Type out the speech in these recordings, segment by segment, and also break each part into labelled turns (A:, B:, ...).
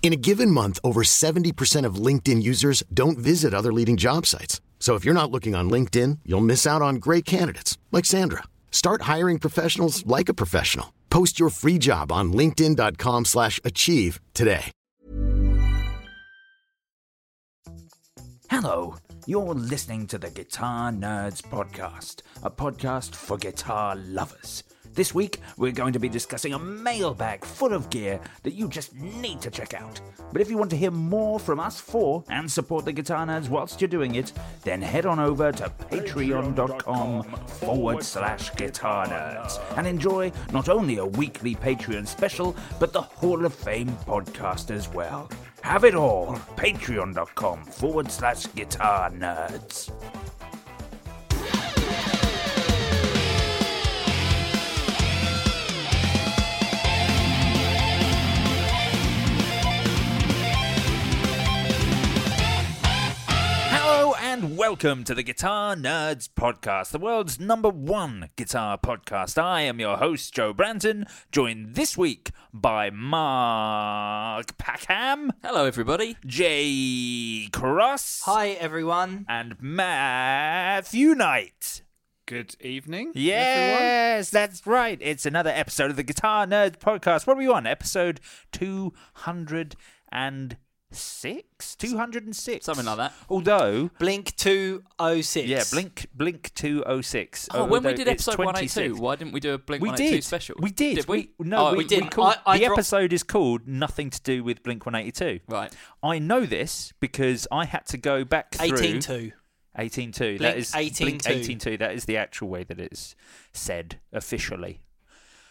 A: In a given month, over 70% of LinkedIn users don't visit other leading job sites. So if you're not looking on LinkedIn, you'll miss out on great candidates like Sandra. Start hiring professionals like a professional. Post your free job on linkedin.com/achieve slash achieve today.
B: Hello, you're listening to the Guitar Nerds Podcast, a podcast for guitar lovers. This week, we're going to be discussing a mailbag full of gear that you just need to check out. But if you want to hear more from us four and support the Guitar Nerds whilst you're doing it, then head on over to patreon.com forward slash guitar nerds and enjoy not only a weekly Patreon special, but the Hall of Fame podcast as well. Have it all. Patreon.com forward slash guitar nerds. Hello and welcome to the Guitar Nerds Podcast, the world's number one guitar podcast. I am your host, Joe Branton, joined this week by Mark Packham,
C: Hello, everybody.
B: Jay Cross,
D: Hi everyone.
B: and Matthew Knight.
E: Good evening.
B: Yes, that's right. It's another episode of the Guitar Nerds Podcast. What are we on? Episode 206? 206.
C: Something like that.
B: Although.
D: Blink 206.
B: Yeah, Blink Blink 206.
C: Oh, when we did
B: although it's
C: episode 182,
B: 26.
C: why didn't we do a Blink
B: we
C: 182
B: did.
C: special?
B: We did.
C: we?
B: no,
C: Oh,
B: we,
D: we didn't.
B: called,
D: I- I
B: the
D: dropped-
B: episode is called Nothing to Do with Blink 182.
C: Right.
B: I know this because I had to go back through
D: 18 2.
B: 18 2.
D: Blink
B: that is
D: 18
B: Blink
D: two.
B: 18 2. That is the actual way that it's said officially.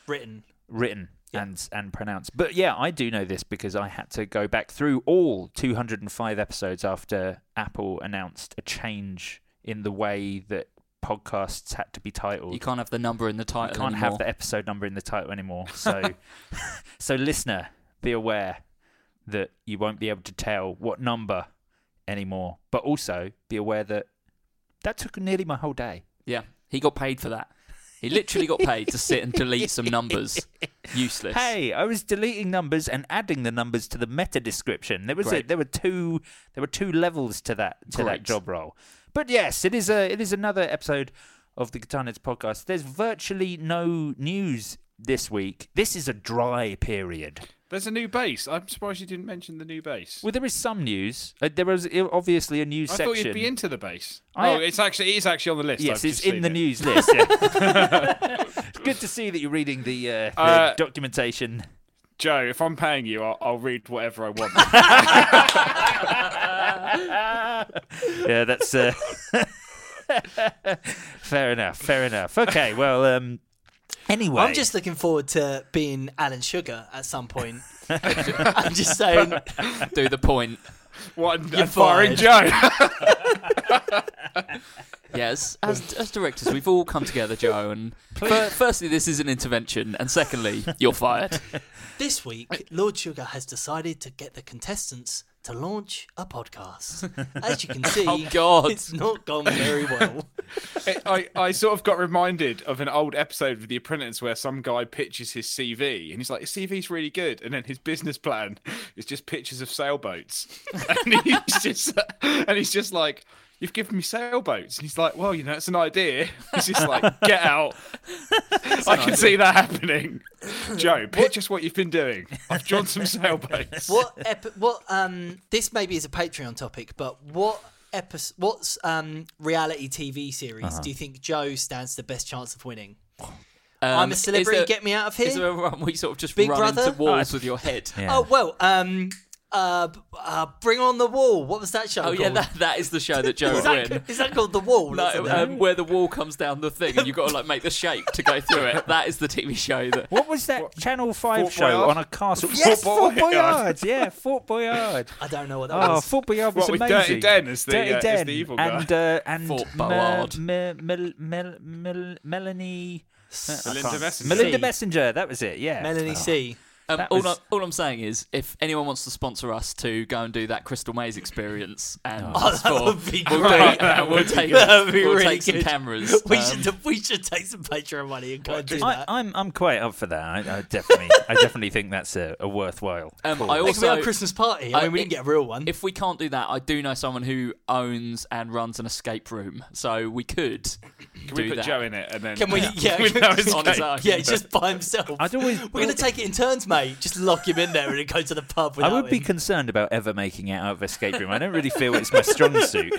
D: Britain.
B: written and and pronounced. But yeah, I do know this because I had to go back through all 205 episodes after Apple announced a change in the way that podcasts had to be titled.
C: You can't have the number in the
B: You
C: title
B: can't
C: anymore.
B: have the episode number in the title anymore. So so listener, be aware that you won't be able to tell what number anymore. But also be aware that that took nearly my whole day.
C: Yeah, he got paid for that. He literally got paid to sit and delete some numbers. Useless.
B: Hey, I was deleting numbers and adding the numbers to the meta description. There was a,
C: Great.
B: there were two there were two levels to that to that
C: Great.
B: job role. But yes, it is a it is another episode of the Guitar Nerds podcast. There's virtually no news this week. This is a dry period.
E: There's a new base. I'm surprised you didn't mention the new base.
B: Well, there is some news. Uh, there was i- obviously a news
E: I
B: section.
E: thought you'd be into the base.
B: I-
E: oh, it's actually it is actually on the list.
B: Yes,
E: I've
B: it's
E: just
B: in
E: seen
B: the
E: it.
B: news list. yeah. It's Good to see that you're reading the, uh, the
E: Uh,
B: documentation.
E: Joe, if I'm paying you, I'll, I'll read whatever I want.
B: yeah, that's uh... fair enough. Fair enough. Okay. Well, um, anyway,
D: I'm just looking forward to being Alan Sugar at some point. I'm just saying.
C: Do the point.
E: what and-
D: You're
E: and firing Joe?
D: fired.
C: Yes, as, as directors, we've all come together, Joe. And fir- firstly, this is an intervention, and secondly, you're fired.
D: This week, Lord Sugar has decided to get the contestants to launch a podcast. As you can see,
C: Oh, God.
D: it's not gone very well.
E: I, I sort of got reminded of an old episode of The Apprentice where some guy pitches his CV and he's like, his CV's really good. And then his business plan is just pictures of sailboats. And he's just, and he's just like, You've given me sailboats. And he's like, Well, you know, it's an idea. He's just like, Get out. I can see that happening. Joe, pitch us what you've been doing. I've drawn some sailboats.
D: What ep- what um this maybe is a Patreon topic, but what episode
C: Uh-huh.
D: what's um reality TV series do you think Joe stands the best chance of winning? I'm
C: Um,
D: a
C: is
D: celebrity.
C: there-
D: get me out of
C: Is there
D: here.
C: a run where you sort of just
D: Big
C: run
D: Brother?
C: into walls with your head?
D: Oh well. Um. Uh, b- uh. Bring on the wall. What was that show?
C: Oh
D: called?
C: yeah, that, that is the show that Joe
D: Is
C: would
D: that-
C: win.
D: is that called the wall?
C: No,
D: Isn't it?
C: um, where the wall comes down the thing and you've got to like make the shape to go through it. That is the TV show that
B: What was that Channel Five
E: Fort
B: show
E: Boyard?
B: on a castle?
D: Yes,
B: Fort,
E: Fort Boyard.
B: Boyard. Yeah, Fort Boyard.
D: I don't know what that
B: Oh,
D: was.
B: Fort Boyard was
E: What, with
B: amazing.
E: Dirty Den as the,
B: Dirty
E: uh, as
B: Den
E: the evil guy?
B: and uh, and
C: Fort
B: Me-
C: Boyard.
B: Me- Mel- Mel- Mel- Melanie. I
E: Melinda
B: can't-
E: Messenger.
B: Melinda
D: C.
B: Messenger. That was it. Yeah.
D: Melanie C.
C: Um,
B: That
C: all,
B: was-
C: I, all I'm saying is, if anyone wants to sponsor us to go and do that Crystal Maze experience, and us
D: Oh. that
C: four,
D: would be
C: we'll,
D: great.
C: do- and we'll take,
D: That would be
C: we'll
D: really
C: take some
D: good.
C: cameras.
D: We
C: um,
D: should we should take some Patreon money and go and do
B: I,
D: that.
B: I'm I'm quite up for that. I, I definitely I definitely think that's a, a worthwhile.
C: um,
B: call.
C: I
D: It could be our
C: also,
D: Christmas party. I
C: I-
D: mean, we didn't get a real one.
C: if we can't do that, I do know someone who owns and runs an escape room, so we could
E: Can
C: do
E: we put
C: that.
E: Joe in it and then?
D: Can we? Yeah,
E: With no escape.
C: on his own.
D: yeah, just by himself.
B: I'd always-
D: We're gonna take it in turns, mate. Just lock him in there and then go to the pub.
B: I
D: Without
B: would be
D: him.
B: concerned about ever making it out of escape room. I don't really feel it's my strong suit.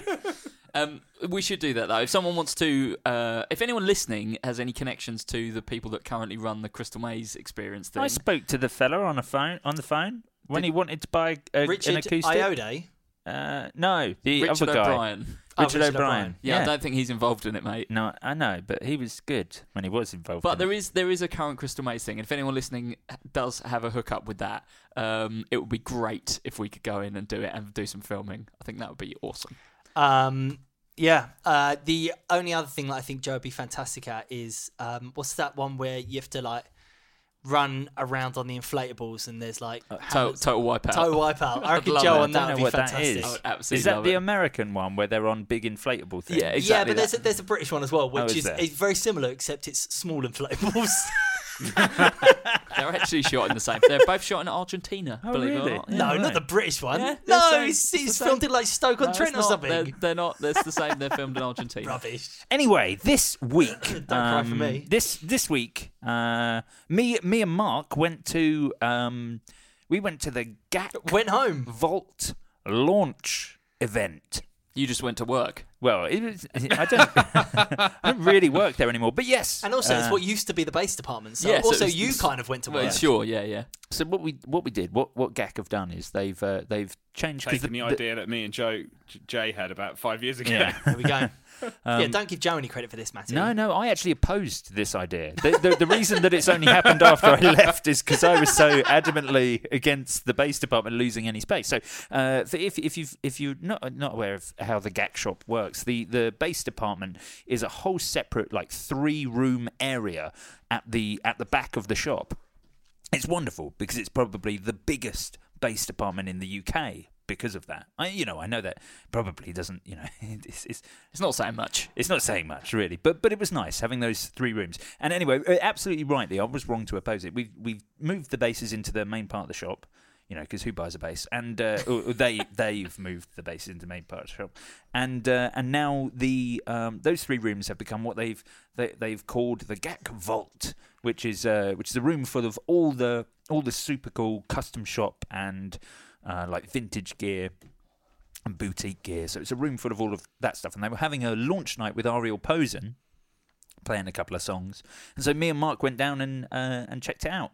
C: Um, we should do that though. If someone wants to, uh, if anyone listening has any connections to the people that currently run the Crystal Maze experience, thing,
B: I spoke to the fella on a phone on the phone when he wanted to buy a,
D: Richard
B: an acoustic.
D: Iode.
B: Uh, no, the
C: Richard
B: other guy,
C: O'Brien. Uh,
D: Oh,
B: Richard
D: Richard
B: O'Brien.
D: O'Brien.
C: Yeah, I don't think he's involved in it, mate.
B: No, I know, but he was good when he was involved.
C: But there
B: in it.
C: is there is a current Crystal Maze thing, and if anyone listening does have a hookup with that, um, it would be great if we could go in and do it and do some filming. I think that would be awesome.
D: Um, yeah. Uh, the only other thing that I think Joe would be fantastic at is um, what's that one where you have to like run around on the inflatables and there's like
C: Total, total Uh, wipeout.
D: total wipeout. I
C: I'd
D: reckon
C: love
D: Joe
C: it.
D: on
B: I
C: I
B: don't
D: that
B: know
D: would be
B: what
D: fantastic.
B: that is.
C: would absolutely
B: is that
C: love
B: the
C: it.
B: American one where they're on big inflatable things?
C: Yeah,
D: yeah,
C: exactly.
D: but there's a,
C: that.
D: there's a British one as well, which
B: is
D: is,
B: there?
D: is very similar, except it's small inflatables.
C: they're actually shot in the same. They're both shot in Argentina.
B: Oh,
C: believe it or
B: really?
C: not.
B: Yeah,
D: no,
B: right.
D: not the British one.
C: Yeah, they're
D: no,
C: saying
D: it's,
C: it's the
D: it's
C: same.
D: filmed in like Stoke on
C: No,
D: Trent
C: it's
D: or
C: not.
D: something.
C: They're, they're not. It's the same. They're filmed in Argentina.
D: Rubbish.
B: Anyway, this week, don't
D: cry for me.
B: This this week, uh, me me and Mark went to um, we went to the GAC
D: Went home.
B: Vault launch event.
C: You just went to work.
B: Well, it was, I don't I don't really work there anymore. But yes,
D: And also, it's
B: uh,
D: what used to be the base department. So
C: Yeah, so
D: also,
C: it's-
D: you
C: it's-
D: kind of went to
C: Well,
D: work.
C: sure. Yeah, yeah.
B: so what we what we did what what GAC have done is they've uh, they've changed 'cause
E: Taking the, idea that me and Joe J- Jay had about five years ago.
B: Yeah.
D: There we go. yeah, don't give Joe any credit for this, Matty.
B: Um, No, no, I actually opposed this idea. The, the, the reason that it's only happened after I left is because I was so adamantly against the base department losing any space. So, uh, for- if if you've if you're not not aware of how the GAC shop works, the the base department is a whole separate like three room area at the at the back of the shop. It's wonderful because it's probably the biggest base department in the UK because of that. I, you know, I know that probably doesn't, you know, it's, it's
C: It's not saying much.
B: it's not saying much really, but but it was nice having those three rooms. And anyway, uh, absolutely rightly, I was wrong to oppose it. We've we've moved the bases into the main part of the shop, you know, because who buys a base? And uh, or- or they they've moved the bases into the main part of the shop, and uh, and now the um, those three rooms have become what they've they, they've called the GAC Vault, which is uh, which is a room full of all the all the super cool custom shop and uh, like vintage gear and boutique gear. So it's a room full of all of that stuff. And they were having a launch night with Ariel Posen, playing a couple of songs. And so me and Mark went down and uh, and checked it out.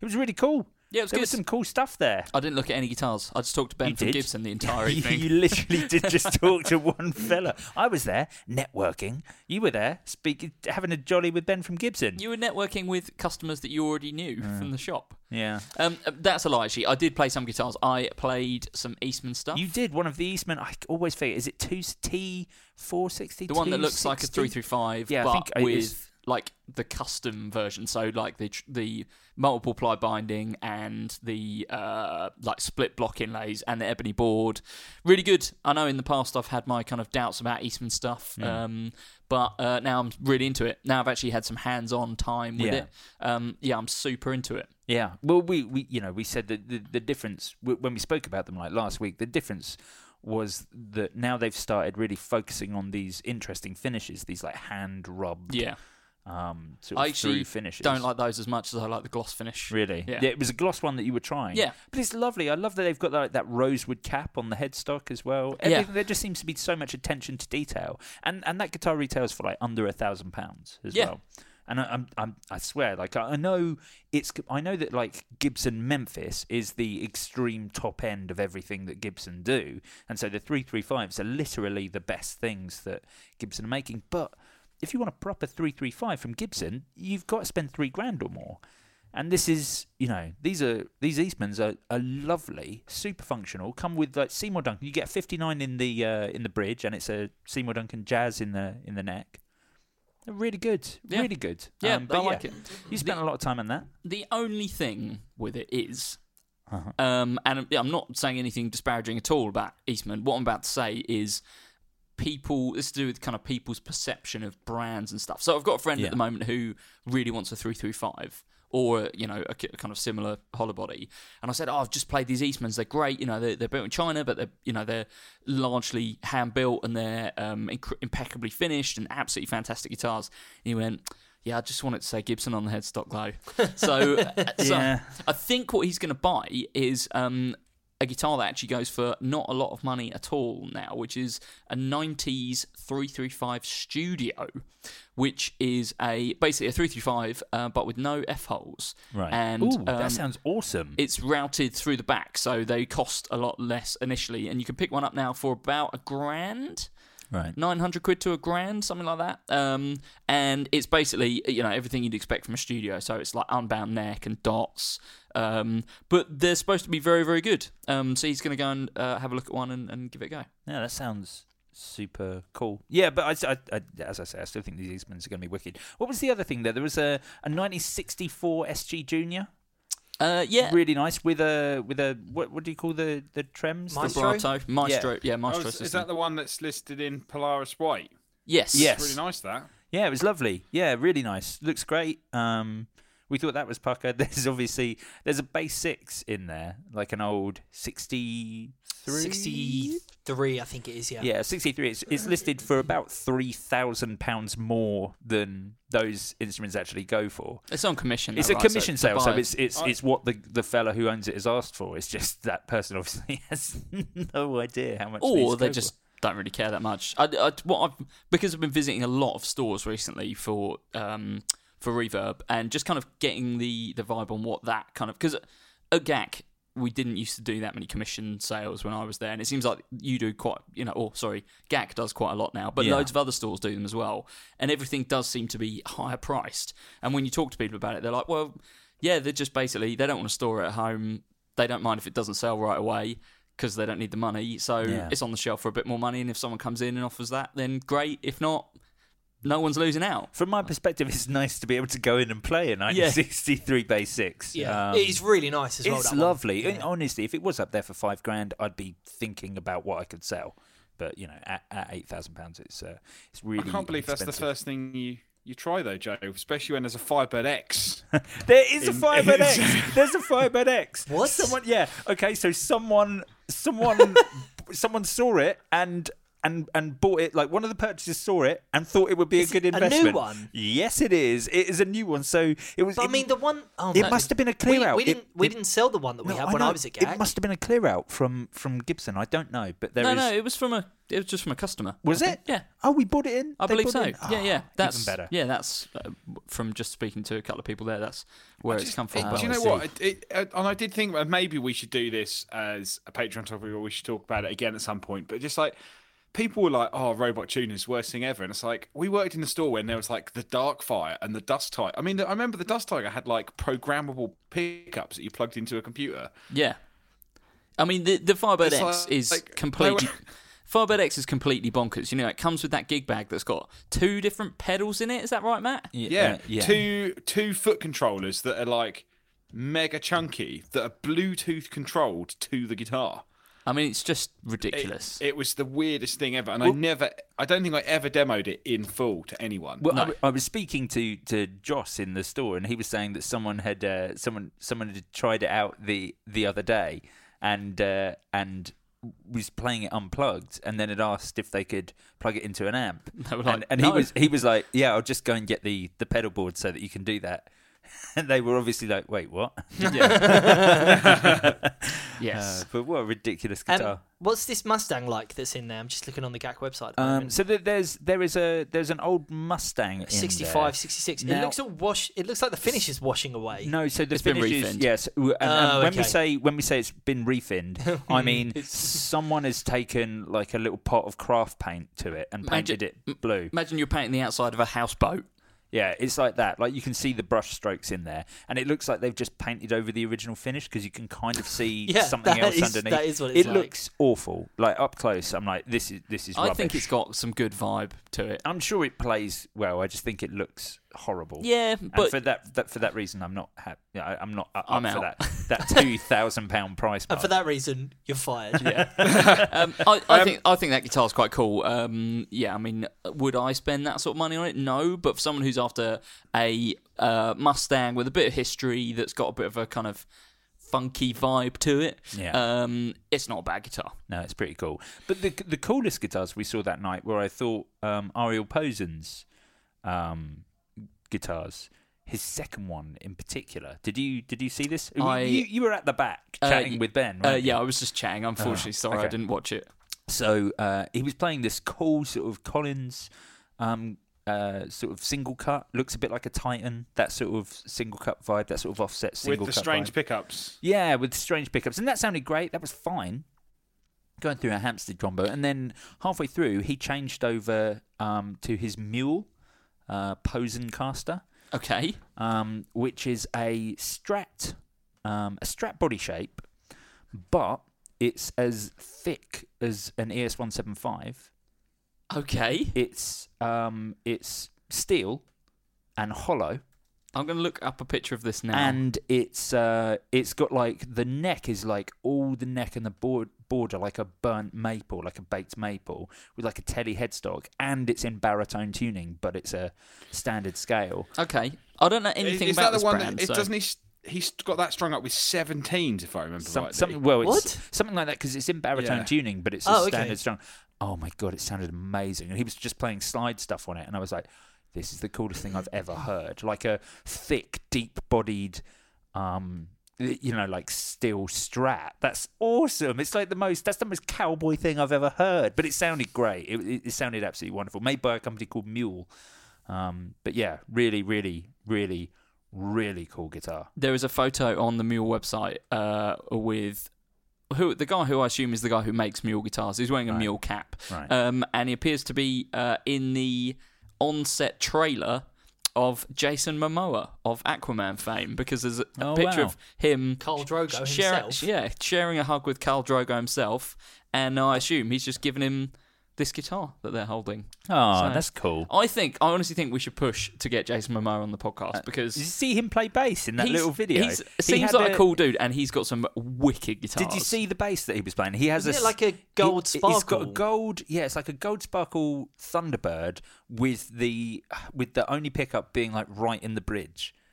B: It was really cool.
C: Yeah, it was
B: there
C: good.
B: was some cool stuff there.
C: I didn't look at any guitars. I just talked to Ben
B: You
C: from
B: did.
C: Gibson the entire
B: You-
C: evening.
B: You literally did just talk to one fella. I was there networking. You were there speaking, having a jolly with Ben from Gibson.
C: You were networking with customers that you already knew from the shop.
B: yeah,
C: Um, that's a lie. Actually, I did play some guitars. I played some Eastman stuff.
B: you did one of the Eastman. I always forget. Is it two T four sixty?
C: the one that looks like a three three five,
B: Yeah, I
C: but
B: think uh, it
C: with
B: is-
C: like the custom version. So like the tr- the multiple ply binding and the uh, like split block inlays and the ebony board. Really good. I know in the past I've had my kind of doubts about Eastman stuff,
B: Hmm.
C: um, but uh, now I'm really into it. Now I've actually had some hands on time with
B: Yeah.
C: it. Um, yeah, I'm super into it.
B: Yeah. Well, we, we you know we said that the, the difference w- when we spoke about them like last week. The difference was that now they've started really focusing on these interesting finishes, these like hand rubbed,
C: Yeah.
B: um, sort of
C: I actually
B: through finishes.
C: don't like those as much as I like the gloss finish.
B: Really?
C: Yeah.
B: It was a gloss one that you were trying.
C: Yeah.
B: But it's lovely. I love that they've got like that rosewood cap on the headstock as well.
C: Yeah.
B: Everything, There just seems to be so much attention to detail, and and that guitar retails for like under a thousand pounds as
C: Yeah.
B: well. And I, I'm, I'm, I swear, like I I know it's, I know that like Gibson Memphis is the extreme top end of everything that Gibson do, and so the three three fives are literally the best things that Gibson are making. But if you want a proper three three five from Gibson, you've got to spend three grand or more. And this is, you know, these are these Eastmans are, are lovely, super functional. Come with like Seymour Duncan. You get a 59 in the uh, in the bridge, and it's a Seymour Duncan jazz in the in the neck. They're really good,
C: Yeah.
B: really good. Um,
C: Yeah, Um, I like it.
B: You spent a lot of time on that.
C: The only thing with it is, um, and I'm not saying anything disparaging at all about Eastman. What I'm about to say is people. This is to do with kind of people's perception of brands and stuff. So I've got a friend
B: Yeah.
C: at the moment who really wants a three three five. Or you know a ki- a kind of similar hollow body, and I said, "Oh, I've just played these Eastmans. They're great. You know, they're, they're built in China, but they're you know they're largely hand built and they're um, inc- impeccably finished and absolutely fantastic guitars." And he went, "Yeah, I just wanted to say Gibson on the headstock though." so, uh, so
B: Yeah.
C: I think what he's going to buy is um, a guitar that actually goes for not a lot of money at all now, which is a 90s 335 Studio, which is a basically a 335 uh, but with no F holes. And
B: Ooh,
C: um,
B: that sounds awesome.
C: it's routed through the back, so they cost a lot less initially. And you can pick one up now for about a grand
B: right.
C: 900 quid to a grand, something like that. Um, and it's basically, you know, everything you'd expect from a studio. So it's like unbound neck and dots. Um, but they're supposed to be very, very good. Um, so he's going to go and uh, have a look at one and, and give it a go.
B: Yeah, that sounds super cool. Yeah, but I, I, I, as I say, I still think these Eastmans are going to be wicked. What was the other thing there? There was a, a 1964 SG Junior.
C: Uh, yeah.
B: really nice with a with a what what do you call the the trems?
D: Maestro?
C: Vibrato, Maestro, yeah,
E: Oh,
C: Maestro
E: is, is
C: system.
E: that the one that's listed in Polaris White?
C: Yes.
B: Yes.
E: It's really nice, that.
B: Yeah, it was lovely. Yeah, really nice. Looks great. Um, we thought that was pucker. There's obviously there's a base six in there, like an old sixty three.
D: 63, I think it is, yeah.
B: Yeah, sixty three. It's, it's listed for about three thousand pounds more than those instruments actually go for.
C: It's on commission.
B: It's
C: though,
B: a
C: right? So
B: commission
C: the
B: sale, so
C: buyer-
B: it's it's
E: I-
B: it's what the the fella who owns it has asked for. It's just that person obviously has no idea how much. these
C: Or they
B: go
C: just
B: for.
C: don't really care that much. I, I, what I've, because I've been visiting a lot of stores recently for um, for reverb and just kind of getting the, the vibe on what that kind of because at GAC we didn't used to do that many commission sales when I was there, and it seems like you do quite you know, or sorry, GAC does quite a lot now, but
B: Yeah.
C: loads of other stores do them as well, and everything does seem to be higher priced. And when you talk to people about it, they're like, well, yeah, they're just basically they don't want to store it at home. They don't mind if it doesn't sell right away because they don't need the money. So
B: Yeah.
C: it's on the shelf for a bit more money. And if someone comes in and offers that, then great. If not, no one's losing out.
B: From my perspective, it's nice to be able to go in and play a 1963 base six.
D: Yeah.
B: Um,
D: it is really nice as well.
B: it's
D: that one.
B: lovely.
D: Yeah.
B: And Honestly, if it was up there for five grand, I'd be thinking about what I could sell. But you know, at, at eight thousand pounds, it's uh, it's really.
E: I can't believe that's the
B: expensive.
E: first thing you, you try, though, Joe, especially when there's a Firebird X.
B: There is a
E: In-
B: Firebird X. There's a Firebird X.
D: What?
B: Someone? Yeah. Okay. So someone, someone, someone saw it and and and bought it. Like one of the purchasers saw it and thought it would be
D: Is
B: a good
D: it a new
B: investment.
D: one?
B: Yes, it is. It is a new one. So it was.
D: But
B: it-
D: I mean, the one. Oh,
B: it
D: no.
B: must have been a clear
D: we,
B: out.
D: We
B: It-
D: didn't, we
B: it-
D: didn't sell the one that we
B: No,
D: had
B: I
D: when
B: know.
D: I was at GAC.
B: It must have been a clear out from from Gibson. I don't know, but there
C: no,
B: is.
C: no, it was from a it was just from a customer.
B: Was
C: I think.
B: it?
C: Yeah.
B: Oh, we bought it in.
C: I
B: They
C: believe so.
B: bought it in?
C: yeah,
B: Oh,
C: yeah. That's
B: even better.
C: Yeah, that's uh, from just speaking to a couple of people there. That's where it's
E: Just-
C: come from.
E: it-
C: But-
E: do
B: Oh,
E: you
B: I
E: know
B: see.
E: what? It, it, uh, and I did think well, maybe we should do this as a Patreon topic, or we should talk about it again at some point. But just like people were like, "Oh, robot tuners, worst thing ever," and it's like we worked in the store when there was like the dark fire and the dust tiger. I mean, I remember the dust tiger had like programmable pickups that you plugged into a computer.
C: Yeah. I mean, the, the Firebird
E: It's
C: X
E: like-
C: is
E: like,
C: completely.
E: no-
C: Firebird X is completely bonkers. You know, it comes with that gig bag that's got two different pedals in it. Is that right, Matt?
E: Yeah,
B: uh, yeah.
E: two two foot controllers that are like mega chunky that are Bluetooth controlled to the guitar.
C: I mean, it's just
E: It-
C: ridiculous.
E: It, was the weirdest thing ever, and I never, I don't think I ever demoed it in full to anyone.
B: Well, I w- I, was speaking to, to Joss in the store, and he was saying that someone had uh, someone someone had tried it out the the other day, and uh, and was playing it unplugged, and then had asked if they could plug it into an amp.
C: They were
B: and
C: like,
B: and
C: "No."
B: he was uh, he was like, "Yeah, I'll just go and get the the pedal board so that you can do that." And they were obviously like, "Wait, what?"
C: yeah. Yes.
B: Uh, but what a ridiculous
D: Um,
B: guitar.
D: what's this Mustang like that's in there? I'm just looking on the GAC website. at the
B: Um,
D: moment.
B: so there- there's there is a there's an old Mustang. in
D: 65,
B: there.
D: 66. it
B: Now-
D: looks all wash. It looks like the finish is washing away.
B: No, so the
C: It's been
B: finish is
C: refinned.
B: yes. w- And, and
D: Oh,
B: when
D: okay.
B: we say when we say it's been refinned, I mean someone has taken like a little pot of craft paint to it and
C: Imagine-
B: painted it blue.
C: Imagine you're painting the outside of a houseboat.
B: Yeah, it's like that. Like you can see the brush strokes in there, and it looks like they've just painted over the original finish because you can kind of see
D: Yeah,
B: something
D: that
B: else
D: is-
B: underneath.
D: that is what
B: it
D: it's like.
B: looks awful. Like up close, I'm like, this is this is.
C: I think
B: rubbish.
C: it's got some good vibe to
E: Um,
C: it.
B: I'm sure it plays well. I just think it looks horrible.
C: Yeah,
B: and
C: but
B: for that, that for that reason, I'm not happy. I'm not up,
C: I'm
B: up for
C: out. Uh,
B: that that two thousand pound price.
D: And
B: Mark.
D: for that reason, you're fired.
C: um, I, I think I think that guitar's quite cool. Um, yeah, I mean, would I spend that sort of money on it? No, but for someone who's after a uh, Mustang with a bit of history that's got a bit of a kind of funky vibe to it,
B: Yeah.
C: um, it's not a bad guitar.
B: No, it's pretty cool. But the the coolest guitars we saw that night were I thought um, Ariel Posen's um, guitars. His second one in particular. Did you did you see this? You-
C: I-
B: you, you were at the back
C: Uh,
B: chatting
C: y-
B: with Ben.
C: Uh,
B: weren't you?
C: yeah, I was just chatting. Unfortunately, sorry, I
B: okay.
C: didn't watch it.
B: So uh, he was playing this cool sort of Collins um, uh, sort of single cut. Looks a bit like a Titan. That sort of single cut vibe. That sort of offset
E: with
B: single
E: the
B: cut
E: strange
B: vibe.
E: pickups.
B: Yeah, with strange pickups, and that sounded great. That was fine. Going through a Hampstead combo, and then halfway through, he changed over um, to his mule, uh, Posencaster,
C: Okay,
B: um, which is a Strat, um, a Strat body shape, but it's as thick as an ES one seven five.
C: okay.
B: It's um, it's steel and hollow,
C: I'm gonna look up a picture of this now.
B: and it's uh it's got like the neck is like all the neck and the board border like a burnt maple like a baked maple with like a telly headstock and it's in baritone tuning but it's a standard scale
C: okay, I don't know anything
E: is
C: about
E: that
C: this
E: the one
C: brand.
E: that
C: so-
E: it doesn't he? s- He's got that strung up with 17s, if I remember
B: Some,
E: rightly.
B: something well it's
D: What?
B: something like that because it's in baritone
E: Yeah.
B: tuning but it's a
D: Oh, okay.
B: standard strong oh my god it sounded amazing and he was just playing slide stuff on it and i was like this is the coolest thing i've ever heard like a thick deep bodied um you know like steel strat that's awesome it's like the most that's the most cowboy thing i've ever heard but it sounded great it, it, it sounded absolutely wonderful made by a company called mule um but yeah really really really really cool guitar
C: there is a photo on the Mule website uh, with who the guy who I assume is the guy who makes Mule guitars. He's wearing a
B: Right.
C: Mule cap,
B: Right.
C: um, and he appears to be uh, in the on-set trailer of Jason Momoa of Aquaman fame because there's a, a
B: Oh,
C: picture
B: wow.
C: of him,
D: Khal Drogo
C: share-
D: himself.
C: yeah, sharing a hug with Carl Drogo himself, and I assume he's just giving him this guitar that they're holding.
B: oh
C: So-
B: that's cool
C: I think I honestly think we should push to get Jason Momoa on the
B: Uh,
C: podcast because
B: Did you see him play bass in that
C: He's-
B: little video?
C: he's-
B: He
C: seems
B: had
C: like a, cool dude, and he's got some wicked guitars.
B: Did you see the bass that he was playing? He has a
D: Isn't it
B: s-
D: like a gold
B: He's got a
D: sparkle?
B: gold, yeah, it's like a gold sparkle Thunderbird with the with the only pickup being like right in the bridge.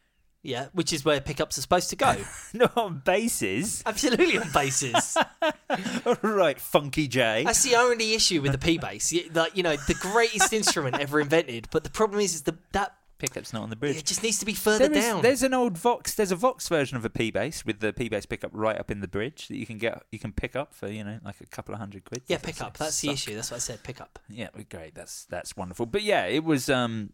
D: Yeah, which is where pickups are supposed to go.
B: Not on basses,
D: Absolutely on bases.
B: right? Funky J.
D: That's the only issue with the P bass. Y- Like you know, the greatest instrument ever invented. But the problem is, is the, that
B: Pickup's not on the
D: it
B: bridge.
D: just needs to be further
B: There is,
D: down.
B: There's an old Vox. There's a Vox version of a P bass with the P bass pickup right up in the bridge that you can get. You can pick up for you know like a couple of hundred quid.
D: yeah,
B: That's
D: pickup. That's the
B: suck.
D: issue. That's what I said. Pickup.
B: Yeah, well, great. That's that's wonderful. But yeah, it was um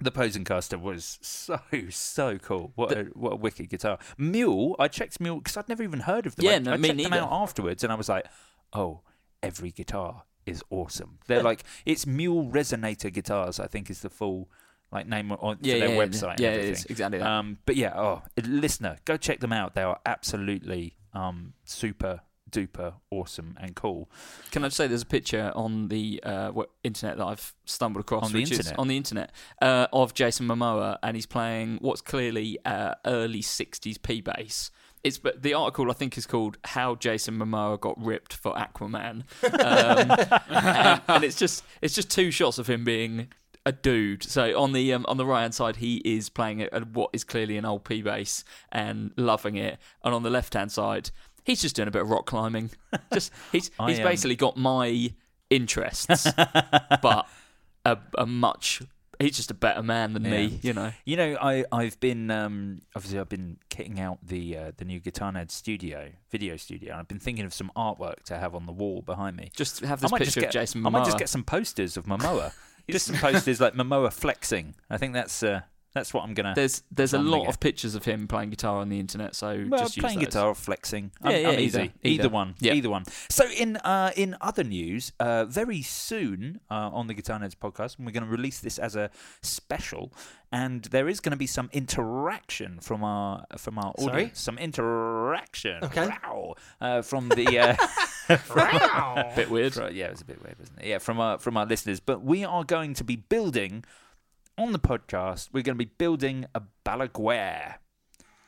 B: the posing caster was so so cool. What a, what a wicked guitar. Mule, I checked Mule because I'd never even heard of them.
C: Yeah,
B: I,
C: no,
B: I
C: me
B: checked them
C: neither.
B: out afterwards, and I was like, oh, every guitar is awesome. They're like it's Mule Resonator Guitars. I think is the full. Like name on for
C: Yeah,
B: their
C: yeah, yeah.
B: website. and
C: Yeah, it is.
B: everything.
C: Exactly that.
B: Um, but yeah, oh, listener, go check them out. They are absolutely um, super duper awesome and cool.
C: Can I just say there's a picture on the uh, we- internet that I've stumbled across,
B: On the
C: which is
B: internet?
C: on the internet uh, of Jason Momoa, and he's playing what's clearly uh, early '60s P bass. It's but the article I think is called "How Jason Momoa Got Ripped for Aquaman," um, and, and it's just it's just two shots of him being a dude. So on the um, on the right hand side, he is playing a, a, what is clearly an old P bass and loving it, and on the left hand side. He's just doing a bit of rock climbing. Just he's
B: I,
C: he's
B: um,
C: basically got my interests, but a, a much he's just a better man than me, you know.
B: You know, I I've been um, obviously I've been kitting out the uh, the new Guitar Nerd Studio video studio. and I've been thinking of some artwork to have on the wall behind me.
C: Just have this picture of
B: get,
C: Jason
B: I might just
C: Momoa.
B: get some posters of Momoa. just some posters like Momoa flexing. I think that's uh, that's what I'm gonna.
C: There's there's a
B: I'm
C: lot
B: gonna
C: of pictures of him playing guitar on the internet, so
B: Well,
C: just use
B: playing
C: those.
B: guitar or flexing.
C: Yeah,
B: I'm,
C: yeah,
B: I'm
C: either-
B: easy. Either,
C: either.
B: one.
C: Yeah.
B: Either one. So in uh, in other news, uh, very soon uh, on the Guitar Nerds podcast, and we're going to release this as a special, and there is going to be some interaction from our from our
D: Sorry?
B: audience. Some interaction.
D: Okay.
B: Wow. Uh, from the. Uh,
C: Bit weird.
B: Right, yeah, it was a bit weird, wasn't it? Yeah, from our from our listeners. But we are going to be building on the podcast. We're going to be building a balaguer.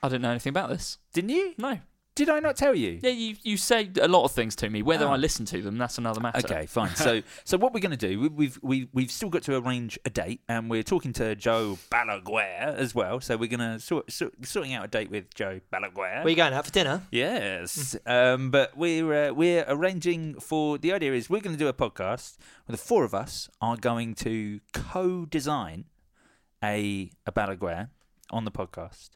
C: I don't know anything about this.
B: Didn't you?
C: No.
B: Did I not tell you?
C: Yeah, you you say a lot of things to me. Whether
B: Oh.
C: I listen to them, that's another matter.
B: Okay, fine. So, so what we're going to do? we- We've we, we've still got to arrange a date, and we're talking to Joe Balaguer as well. So we're going to sort, sort sorting out a date with Joe Balaguer.
D: Where you Hmm. going out for dinner?
B: Yes, um, but we're uh, we're arranging for the idea is we're going to do a podcast where the four of us are going to co-design a a balaguer on the podcast,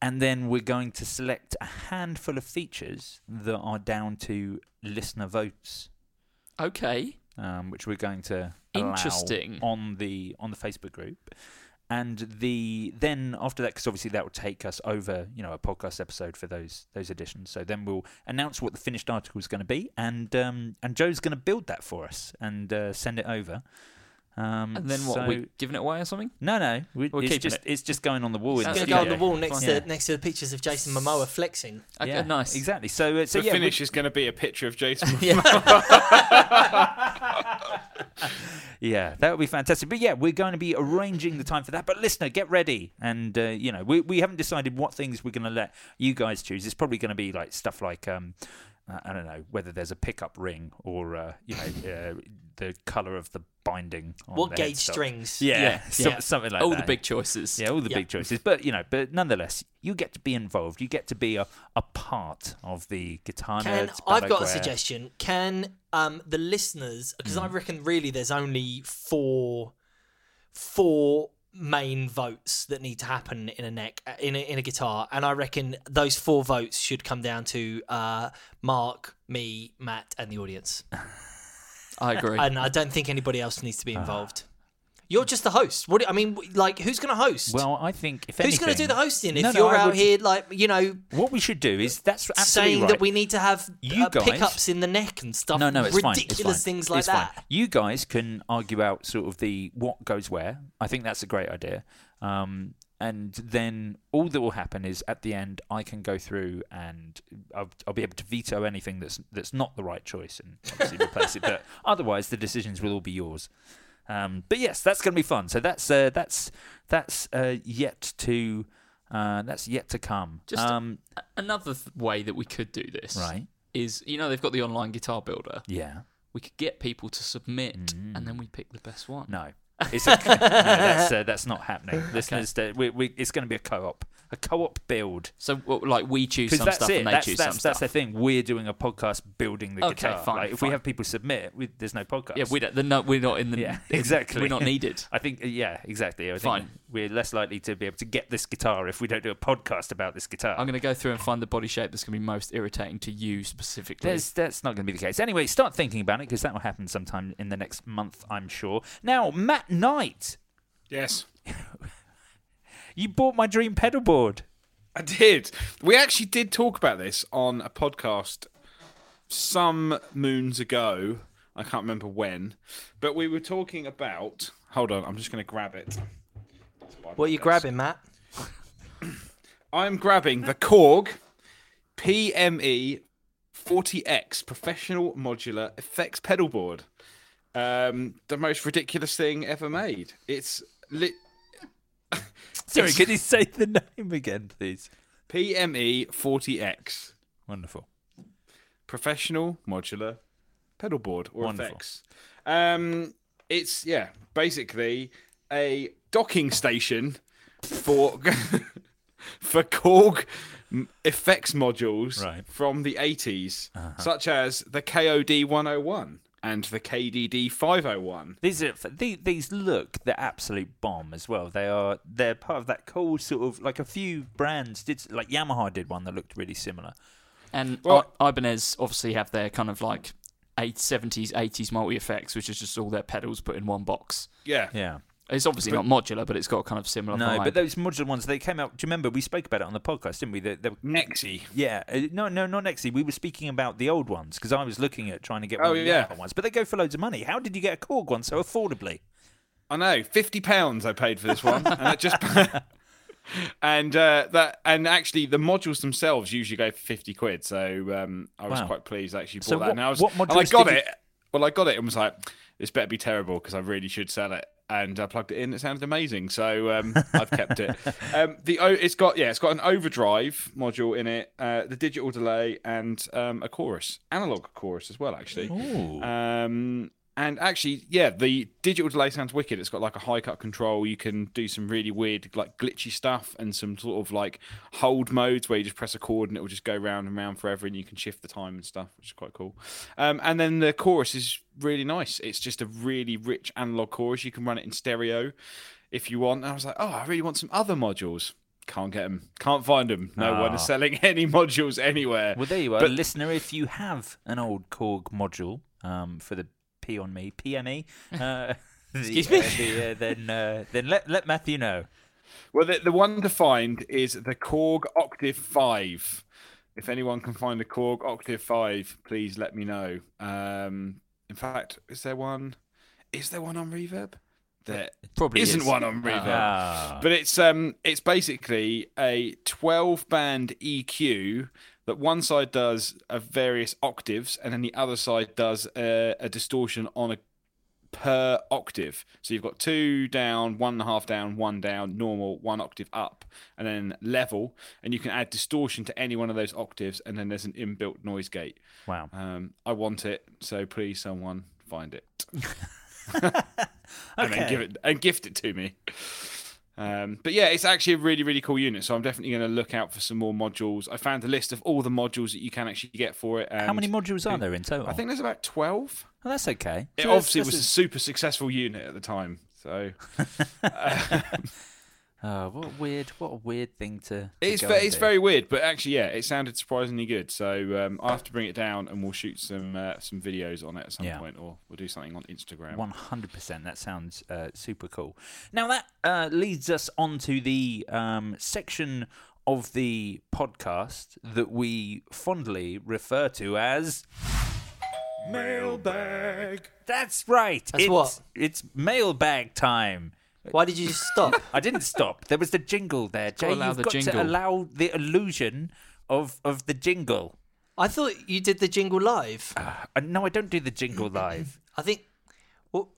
B: and then we're going to select a handful of features that are down to listener votes,
C: Okay.
B: um, which we're going to allow
C: Interesting.
B: on the on the Facebook group. And the then after that, because obviously that will take us over, you know, a podcast episode for those those editions. So then we'll announce what the finished article is going to be, and um, and Joe's going to build that for us and uh, send it over. Um,
C: And then what?
B: so-
C: we're giving it away or something?
B: no, no, we,
C: We're
B: it's
C: keeping
B: just
C: it.
B: it's just going on the wall. in
C: That's
D: It's
B: the
D: going
C: good.
D: to go on the
B: studio.
D: wall next
B: Yeah.
D: to next to the pictures of Jason Momoa flexing.
C: Okay,
B: Yeah,
C: nice.
B: Exactly. So uh, so
E: The
B: yeah, we-
E: finish is going to be a picture of Jason.
B: Yeah, that would be fantastic. But yeah, we're going to be arranging the time for that. But listener, get ready. And, uh, you know, we, we haven't decided what things we're going to let you guys choose. It's probably going to be like stuff like, um, I- I don't know, whether there's a pickup ring or, uh, you know, uh, the color of the binding. On
D: What
B: the
D: gauge
B: headstock.
D: strings?
B: Yeah,
C: Yeah.
B: some-
D: Yeah.
B: something like
C: All
B: that.
C: the big choices.
B: Yeah, all the
D: Yeah.
B: big choices. But, you know, but nonetheless, you get to be involved. You get to be a, a part of the guitar
D: Can
B: nerds.
D: I've got a
B: Balaguer.
D: suggestion? Can um the listeners? Because
B: Mm-hmm.
D: I reckon really there's only four, four main votes that need to happen in a neck uh, in a, in a guitar, and I reckon those four votes should come down to uh Mark, me, Matt, and the audience.
C: I agree.
D: And I don't think anybody else needs
B: Ah.
D: to be involved. You're just the host. What do, I mean, like, who's going to host?
B: Well, I think if
D: who's going to do
B: anything-
D: the hosting if
B: No, no,
D: you're
B: I
D: out
B: would-
D: here, like, you know,
B: What we should do is that's absolutely
D: saying
B: right.
D: that we need to have
B: You
D: uh,
B: guys-
D: pickups in the neck and stuff.
B: No, no, it's fine.
D: ridiculous
B: It's fine.
D: things like
B: It's fine.
D: that.
B: You guys can argue out sort of the what goes where. I think that's a great idea. Um, and then all that will happen is at the end, I can go through and I'll, I'll be able to veto anything that's that's not the right choice and obviously replace it. But otherwise, the decisions will all be yours. Um, but yes, that's going to be fun. So that's uh, that's that's uh, yet to uh, that's yet to come.
C: Just-
B: um,
C: Another th- way that we could do this
B: right?
C: is, you know, they've got the online guitar builder.
B: Yeah. Mm.
C: We could get people to submit, and then we pick the best one.
B: No, it's a, no, that's, uh, that's not happening. Listeners, uh, we, we, it's going to be a co-op, a co-op build.
C: So, well, like, we choose
B: Because
C: some
B: that's
C: stuff
B: it.
C: and they
B: That's,
C: choose
B: that's,
C: some
B: that's the
C: stuff.
B: thing. We're doing a podcast building the
C: Okay,
B: guitar.
C: fine,
B: Like, if
C: fine.
B: we have people submit, we, there's no podcast.
C: yeah, we don't, the, no, we're not in the.
B: Yeah, exactly.
C: We're not needed.
B: I think, uh, yeah, exactly. I think
C: Fine.
B: We're less likely to be able to get this guitar if we don't do a podcast about this guitar.
C: I'm going to go through and find the body shape that's going to be most irritating to you specifically.
B: There's, that's not going to be the case. Anyway, start thinking about it because that will happen sometime in the next month, I'm sure. Now, Matt Knight,
E: yes.
B: you bought my dream pedal board.
E: I did. We actually did talk about this on a podcast some moons ago. I can't remember when, but we were talking about. Hold on, I'm just going to grab it.
D: What are you grabbing, Matt?
E: I'm grabbing the Korg PME 40X Professional Modular Effects Pedal Board. Um, the most ridiculous thing ever made. It's lit.
B: Sorry, could you say the name again, please?
E: PME 40X
B: Wonderful.
E: Professional Modular Pedal Board or
B: Wonderful.
E: effects. Um, it's yeah, basically a docking station for for Korg m- effects modules
B: Right. Uh-huh.
E: from the 80s, such as the KOD 101. and the KDD 501.
B: These are the, these look the absolute bomb as well. They are they're part of that cool sort of like a few brands did like Yamaha did one that looked really similar.
C: And
E: Well-
C: I- Ibanez obviously have their kind of like eight, 70s, 80s multi effects, which is just all their pedals put in one box.
E: Yeah.
B: Yeah.
C: It's obviously not modular, but it's got a kind of similar
B: No,
C: vibe.
B: but those modular ones they came out. Do you remember we spoke about it on the podcast, didn't we? They, they were,
E: Nexi.
B: yeah, uh, no, no, not Nexi. We were speaking about the old ones because I was looking at trying to get one
E: Oh,
B: of the
E: yeah.
B: Yamaha ones, but they go for loads of money. How did you get a Korg one so affordably?
E: I know, fifty pounds I paid for this one, and it just and uh, that and actually the modules themselves usually go for fifty quid, so um, I was
B: Wow.
E: quite pleased I actually bought
B: So
E: that.
B: what-
E: and I was,
B: what
E: and I
B: modules
E: got
B: did you-
E: it. Well, I got it and was like, this better be terrible because I really should sell it. And I plugged it in; it sounded amazing, so um, I've kept it. Um, the o- it's got yeah, it's got an overdrive module in it, uh, the digital delay, and um, a chorus, analog chorus as well, actually. Um, and actually, yeah, the digital delay sounds wicked. It's got like a high cut control. You can do some really weird, like glitchy stuff, and some sort of like hold modes where you just press a chord and it will just go round and round forever, and you can shift the time and stuff, which is quite cool. Um, and then the chorus is really nice. It's just a really rich analog chorus. You can run it in stereo if you want. And I was like, oh, I really want some other modules. Can't get them. Can't find them. No one is selling any modules anywhere.
B: Well, there you are,
E: But-
B: listener. If you have an old Korg module um, for the P on me PME, uh, the,
C: Excuse me?
B: uh, the, uh, then uh, then let let Matthew know.
E: Well, the, the one to find is the Korg Octave 5. If anyone can find a Korg Octave 5, please let me know. Um, in fact, is there one? Is there one on Reverb? There
C: Probably
E: isn't
C: is. Uh-huh. Uh,
E: one on Reverb.
B: Ah.
E: But it's um it's basically a 12 band EQ that one side does of various octaves and then the other side does uh, a, a distortion on a per octave. So you've got two down, one and a half down, one down, normal, one octave up, and then level. And you can add distortion to any one of those octaves, and then there's an inbuilt noise gate.
B: Wow.
E: Um, I want it, so please, someone find it and
B: Okay.
E: then give it and gift it to me. Um, but yeah, it's actually a really, really cool unit. So I'm definitely going to look out for some more modules. I found a list of all the modules that you can actually get for it. And
B: How many modules are there in total?
E: I think there's about twelve.
B: Oh, that's okay.
E: It
B: So that's-
E: obviously
B: that's
E: was a super successful unit at the time. So
B: a- oh, what a weird, what a weird thing to. to
E: it's
B: go
E: ve-
B: and
E: it's
B: do.
E: very weird, but actually, yeah, it sounded surprisingly good. So um, I have to bring it down, and we'll shoot some uh, some videos on it at some
B: Yeah.
E: point, or we'll do something on Instagram.
B: One hundred percent. That sounds uh, super cool. Now that uh, leads us on to the um, section of the podcast that we fondly refer to as mailbag. That's right.
D: That's
B: it's,
D: what?
B: It's mailbag time.
D: Why did you just stop?
B: I didn't stop. There was the jingle there, Jay.
C: allow
B: You've
C: the
B: got to
C: jingle.
B: allow the illusion of of the jingle.
D: I thought you did the jingle live.
B: Uh, no, I don't do the jingle live.
D: I think. Well,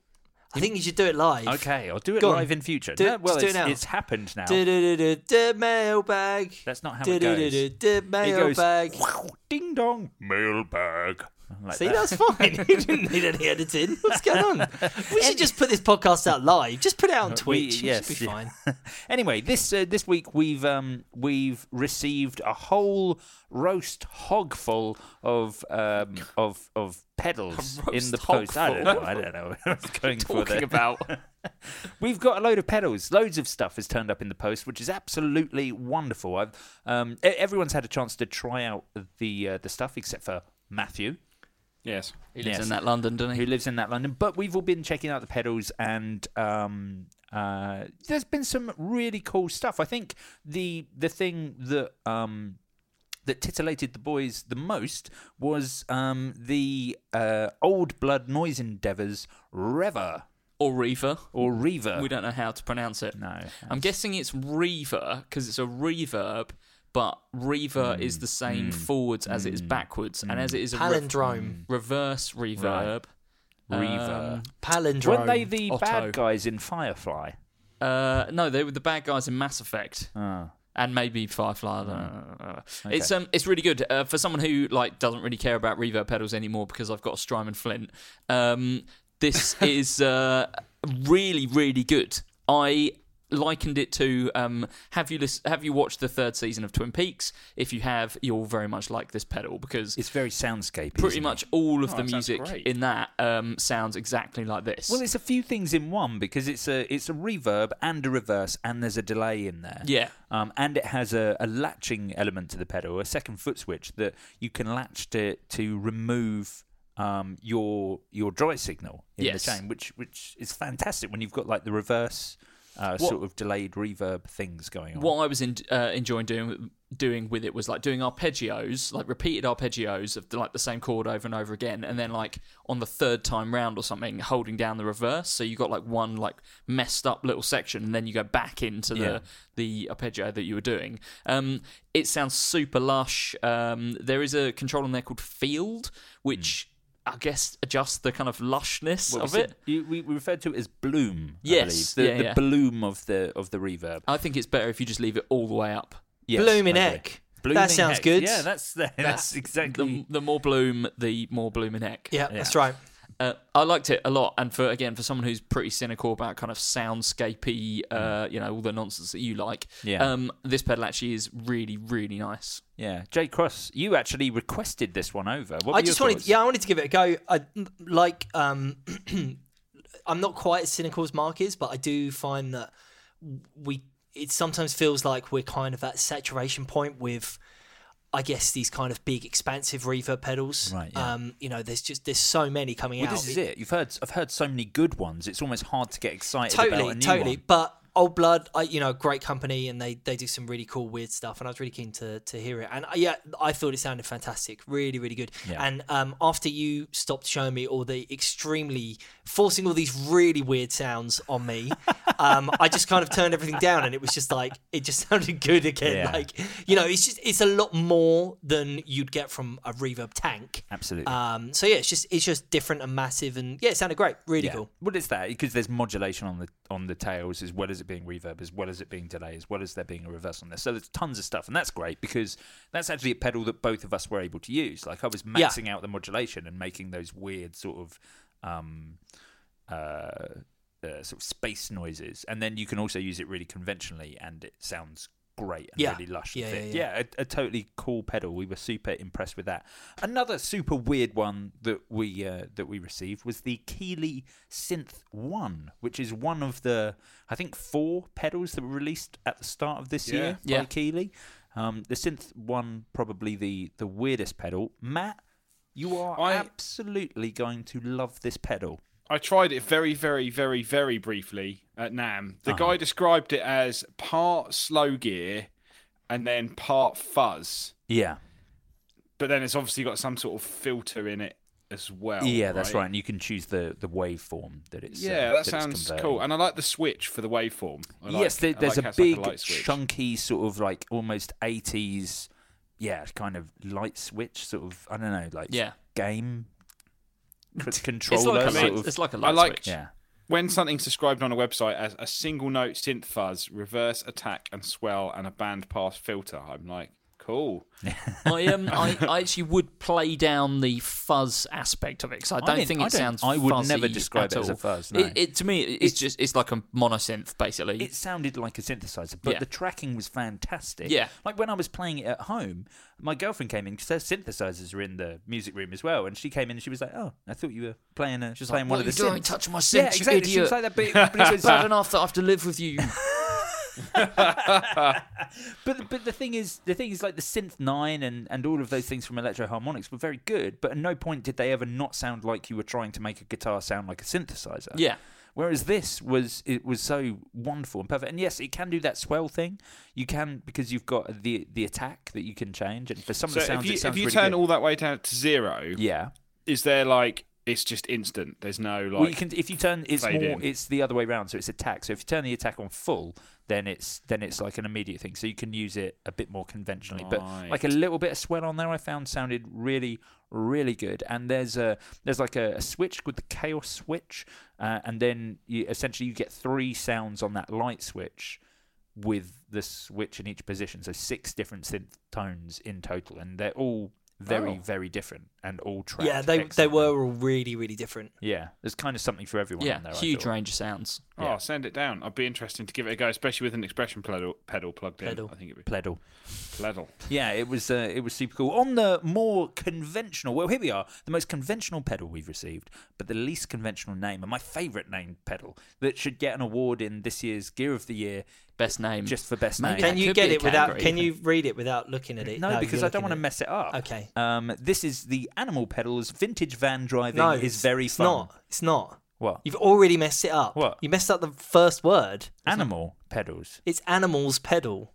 D: I think you should do it live.
B: Okay, I'll do it
D: Go on.
B: live in future.
D: Do-
B: no, well,
D: just do it
B: it's,
D: now.
B: it's happened now.
D: Du-du-du-du-du, mailbag.
B: That's not how it
D: Du-du-du-du-du,
B: It goes,
D: Mailbag.
B: ding dong, mailbag. Like
D: See,
B: that.
D: that's fine. You didn't need any editing. What's going on? We should just put this podcast out live. Just put it out on
B: We-
D: Twitch.
B: yes,
D: it should be
B: yeah.
D: fine.
B: anyway, this uh, this week we've um, we've received a whole roast hog full of um, of of pedals
C: A
B: in the
C: roast hog
B: post. I don't
C: full?
B: know. I don't know. what I was going for
C: Talking
B: there.
C: about.
B: We've got a load of pedals. Loads of stuff has turned up in the post, which is absolutely wonderful. I've, um, e- everyone's had a chance to try out the uh, the stuff except for Matthew.
E: Yes.
C: He lives
B: Yes.
C: in that London, doesn't
B: who
C: he?
B: lives in that London. But we've all been checking out the pedals, and um, uh, there's been some really cool stuff. I think the the thing that um, that titillated the boys the most was um, the uh, Old Blood Noise Endeavors Rever
C: Or Reaver.
B: or Rever.
C: We don't know how to pronounce it.
B: Uh, No,
C: I'm guessing it's Reaver because it's a reverb, but Reaver is the same forwards as it is backwards. And as it is a re-
B: hmm.
D: Palindrome.
C: reverse reverb.
B: Rever.
D: Palindrome.
B: uh, Weren't they the
C: Otto.
B: bad guys in Firefly?
C: Uh, no, they were the bad guys in Mass Effect.
B: Ah.
C: and maybe Firefly. I don't know. It's um, it's really good uh, for someone who like doesn't really care about reverb pedals anymore because I've got a Strymon Flint. Um, this is uh, really really good. I likened it to um, have you lis- have you watched the third season of Twin Peaks? If you have, you'll very much like this pedal because
B: It's very soundscapey.
C: pretty
B: isn't
C: much
B: it?
C: all of
E: Oh,
C: the
E: that sounds
C: music
E: great.
C: in that um, sounds exactly like this.
B: Well, it's a few things in one because it's a it's a reverb and a reverse, and there's a delay in there.
C: Yeah.
B: Um, and it has a, a latching element to the pedal, a second foot switch that you can latch to to remove um, your your dry signal in
C: Yes.
B: the chain, which which is fantastic when you've got like the reverse uh,
C: What-
B: sort of delayed reverb things going on.
C: what I was in, uh, enjoying doing doing with it was like doing arpeggios, like repeated arpeggios of like the same chord over and over again, and then like on the third time round or something, holding down the reverse, so you got like one like messed up little section, and then you go back into the
B: Yeah.
C: the arpeggio that you were doing. Um, it sounds super lush. Um, there is a control on there called Field, which I guess adjusts the kind of lushness
B: Hmm. What
C: of
B: we
C: it.
B: said- you- we, we referred to it as bloom. I believe.
C: Yes.
B: the,
C: Yeah,
B: the
C: yeah.
B: bloom of the of the reverb.
C: I think it's better if you just leave it all the way up.
B: Yes,
D: Blooming
B: I agree.
D: Eck.
B: Blooming
D: that sounds
B: Eck.
D: good.
B: Yeah, that's that's, exactly.
C: The, the more bloom, the more blooming heck.
D: yeah,
B: Yeah.
D: that's right.
C: Uh, I liked it a lot, and for again for someone who's pretty cynical about kind of soundscapey, uh, you know, all the nonsense that you like.
B: Mm. Yeah.
C: Um, this pedal actually is really, really nice.
B: Yeah, Jay Cross, you actually requested this one over. What were
D: I just
B: your
D: wanted,
B: thoughts?
D: yeah, I wanted to give it a go. I like, um, I'm not quite as cynical as Mark is, but I do find that we it sometimes feels like we're kind of at saturation point with, I guess, these kind of big expansive reverb pedals.
B: Right, yeah.
D: Um, you know, there's just there's so many coming
B: Well,
D: out.
B: this is it. You've heard. I've heard so many good ones. It's almost hard to get excited about
D: totally,
B: a new
D: totally.
B: one.
D: But Old Blood, I, you know, great company, and they they do some really cool weird stuff. And I was really keen to to hear it. And uh, yeah, I thought it sounded fantastic, really, really good.
B: Yeah.
D: And um, after you stopped showing me all the extremely forcing all these really weird sounds on me, um, I just kind of turned everything down, and it was just like it just sounded good again.
B: Yeah.
D: Like you know, it's just it's a lot more than you'd get from a reverb tank.
B: Absolutely.
D: Um, so yeah, it's just it's just different and massive, and yeah, it sounded great, really
B: yeah.
D: cool.
B: What is that? Because there's modulation on the on the tails, as well as it being reverb, as well as it being delay, as well as there being a reverse on this. So there's tons of stuff, and that's great because that's actually a pedal that both of us were able to use. Like I was
D: Yeah.
B: maxing out the modulation and making those weird sort of. Um, uh, uh, sort of space noises, and then you can also use it really conventionally, and it sounds great and
D: Yeah.
B: really lush.
D: Yeah,
B: and
D: yeah,
B: thick.
D: yeah.
B: a, a totally cool pedal. We were super impressed with that. Another super weird one that we uh, that we received was the Keeley Synth One, which is one of the I think four pedals that were released at the start of this
E: Yeah.
B: year
C: Yeah.
B: by Keeley. Um, the Synth One probably the the weirdest pedal. Matt, you are
E: I-
B: absolutely going to love this pedal.
E: I tried it very, very, very, very briefly at NAM.
B: Uh-huh.
E: The guy described it as part slow gear and then part fuzz,
B: Yeah.
E: but then it's obviously got some sort of filter in it as well.
B: Yeah, that's right. And you can choose the the waveform that it's. uh,
E: Oh, Yeah, that
B: it's
E: sounds
B: converting.
E: cool. And I like the switch for the waveform. I like-
B: yes, there,
E: I
B: there's
E: like how
B: a
E: it's like
B: big,
E: light switch.
B: chunky sort of like almost eighties, yeah, kind of light switch sort of. I don't know, like
C: Yeah.
B: game c-
C: It's
B: controller.
C: like, a
B: sort
C: light,
B: of,
C: it's like a light
E: like-
C: switch.
B: yeah,
E: When something's described on a website as a single note synth fuzz, reverse attack and swell, and a band pass filter, I'm like, cool.
C: I um, I, I actually would play down the fuzz aspect of it because I don't
B: mean,
C: think
B: I
C: it
B: don't-
C: sounds.
B: I would
C: fuzzy
B: never describe
C: at
B: it as a
C: all.
B: fuzz, no.
C: It, it- to me, it's, just it's like a monosynth basically.
B: it sounded like a synthesizer, but
C: Yeah.
B: the tracking was fantastic.
C: Yeah.
B: like when I was playing it at home, my girlfriend came in because her synthesizers were in the music room as well, and she came in and she was like, "Oh, I thought you were playing a
C: She's like,
B: playing one
C: "What
B: of
C: are
B: the
C: you doing?
B: synths."
C: Touch my
B: yeah,
C: synths, you
B: exactly. She was
C: idiot.
B: like that, but, but it was
C: bad enough that I have to live with you.
B: But but the thing is, the thing is, like the synth nine and and all of those things from Electro Harmonics were very good, but at no point did they ever not sound like you were trying to make a guitar sound like a synthesizer.
C: Yeah.
B: Whereas this was it was so wonderful and perfect, and yes, it can do that swell thing. You can because you've got the the attack that you can change, and for some of
E: So
B: the sounds,
E: if you,
B: it sounds
E: if you
B: really
E: turn
B: good.
E: all that way down to zero,
B: yeah.
E: is there like it's just instant? There's no like.
B: well, you can if you turn it's more
E: fade in.
B: it's the other way around, so it's attack. So if you turn the attack on full, then it's then it's like an immediate thing. So you can use it a bit more conventionally, but like a little bit of swell on there, I found sounded really really good. And there's a there's like a, a switch called the chaos switch, uh, and then you, essentially you get three sounds on that light switch with the switch in each position. So six different synth tones in total, and they're all
E: Oh.
B: very very different and all tracked.
D: Yeah, they they
B: excellently.
D: were all really really different.
B: Yeah, there's kind of something for everyone.
C: yeah,
B: in there, I
C: huge
B: thought.
C: range of sounds.
E: Oh, send it down. I'd be interested to give it a go, especially with an expression pedal, pedal plugged
D: Pedal.
E: in. I think it'd be
B: Pleddle.
E: pedal.
B: Yeah, it was uh, it was super cool. On the more conventional, well, here we are, the most conventional pedal we've received, but the least conventional name, and my favourite named pedal that should get an award in this year's Gear of the Year.
C: Best name.
B: Just for best
C: Maybe
B: name.
C: that
D: Can you
C: could
D: get
C: be a
D: it without?
C: category.
D: Can you read it without looking at it?
B: No, because
D: you're
B: I don't
D: looking
B: want to
D: at
B: mess it up.
D: Okay.
B: Um, this is the Animal Pedals vintage van driving
D: No,
B: is very
D: it's
B: fun.
D: not. It's not.
B: What?
D: You've already messed it up.
B: What?
D: You messed up the first word.
B: Animal pedals.
D: It's animals pedal.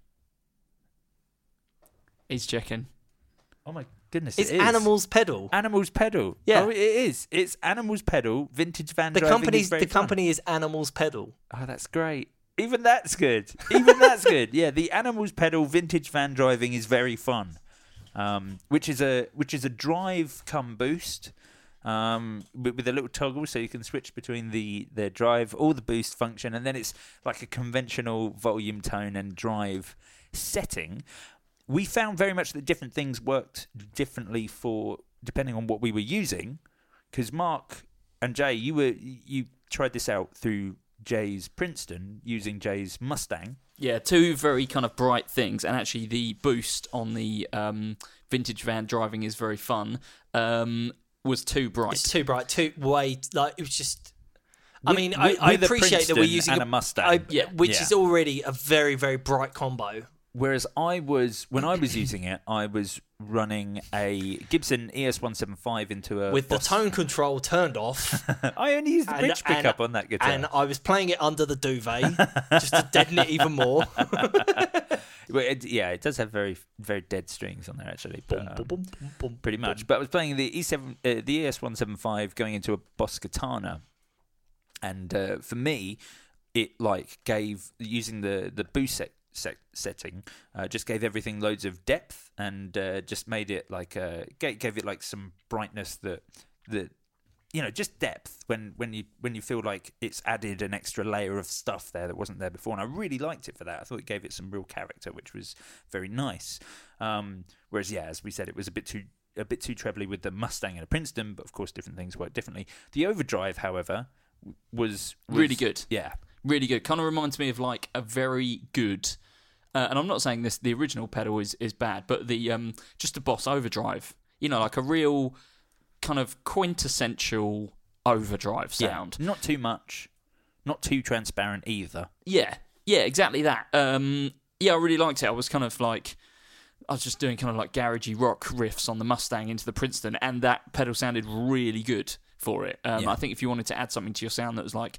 C: He's checking.
B: Oh my goodness!
D: It's
B: it is.
D: animals pedal.
B: Animals pedal.
D: Yeah.
B: oh, it is. It's animals pedal. Vintage van.
D: The
B: driving is
D: company's
B: very
D: the
B: fun.
D: company is animals pedal.
B: Oh, that's great. Even that's good. Even that's good. Yeah, the animals pedal vintage van driving is very fun, um, which is a which is a drive come boost um, with, with a little toggle, so you can switch between the the drive or the boost function, and then it's like a conventional volume, tone, and drive setting. We found very much that different things worked differently for depending on what we were using because Mark and Jay, you were you tried this out through Jay's Princeton using Jay's Mustang.
C: Yeah, two very kind of bright things, and actually the boost on the um, vintage van driving is very fun. Um, was too bright.
D: It's too bright, too way like it was just. I
B: With-
D: mean, I,
B: with-
D: I
B: with a
D: appreciate that we're
B: Princeton
D: using
B: and a Mustang.
D: I-
C: Yeah.
D: which
B: Yeah.
D: is already a very very bright combo.
B: Whereas I was when I was using it, I was running a Gibson E ES175 into a
D: with
B: Boss-
D: the tone control turned off.
B: I only used the bridge pickup on that guitar.
D: And I was playing it under the duvet just to deaden it even more.
B: Well, it- yeah, it does have very very dead strings on there actually. but, um,
D: Boom, boom, boom,
B: pretty
D: boom.
B: much. But I was playing the E7, uh, the ES175 going into a Boss Katana, and uh, for me, it like gave using the the boost sec- sec- setting uh, just gave everything loads of depth and uh, just made it like uh, gave, gave it like some brightness that that you know just depth when when you when you feel like it's added an extra layer of stuff there that wasn't there before and i really liked it for that i thought it gave it some real character which was very nice um whereas yeah as we said it was a bit too a bit too trebly with the mustang and a princeton but of course different things work differently the overdrive however w- was, was
C: Really good.
B: yeah
C: really good. Kind of reminds me of like a very good. Uh, and I'm not saying this. The original pedal is is bad, but the um just the Boss Overdrive. You know, like a real kind of quintessential overdrive sound.
B: Yeah. Not too much, not too transparent either.
C: Yeah, yeah, exactly that. Um, yeah, I really liked it. I was kind of like, I was just doing kind of like garagey rock riffs on the Mustang into the Princeton, and that pedal sounded really good for it. Um,
B: Yeah.
C: I think if you wanted to add something to your sound that was like,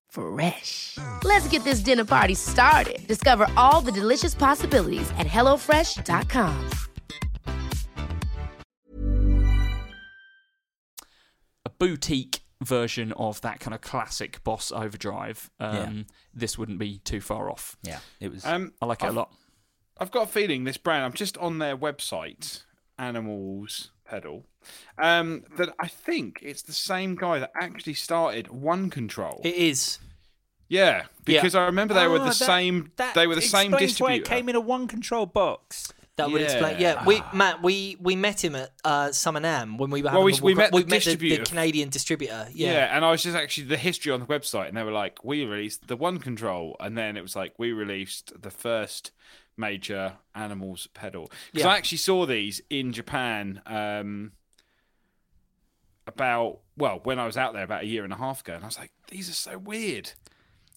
F: Fresh. Let's get this dinner party started. Discover all the delicious possibilities at hellofresh.com.
C: a boutique version of that kind of classic Boss Overdrive. Um,
B: Yeah.
C: This wouldn't be too far off.
B: Yeah, it was.
E: Um,
C: I like it a
E: I've-
C: lot.
E: I've got a feeling this brand. I'm just on their website, Animals Pedal, um, that I think it's the same guy that actually started One Control.
D: It is.
E: yeah,
D: Yeah.
E: because I remember they were
B: Ah,
E: the same. they were the same distributor.
B: Why it came in a one control box.
D: That would explain.
E: Yeah.
D: Yeah, we Matt, we we met him at uh, Summer Nam when we were.
E: Well,
D: having
E: we-
D: a walk
E: we
D: ar-
E: met the
D: we met the, the
E: distributor.
D: Canadian distributor.
E: Yeah.
D: Yeah.
E: and I was just actually the history on the website, and they were like, "We released the One Control," and then it was like, "We released the first major Animals pedal." Because
D: Yeah.
E: I actually saw these in Japan um, about well when I was out there about a year and a half ago, and I was like, "These are so weird."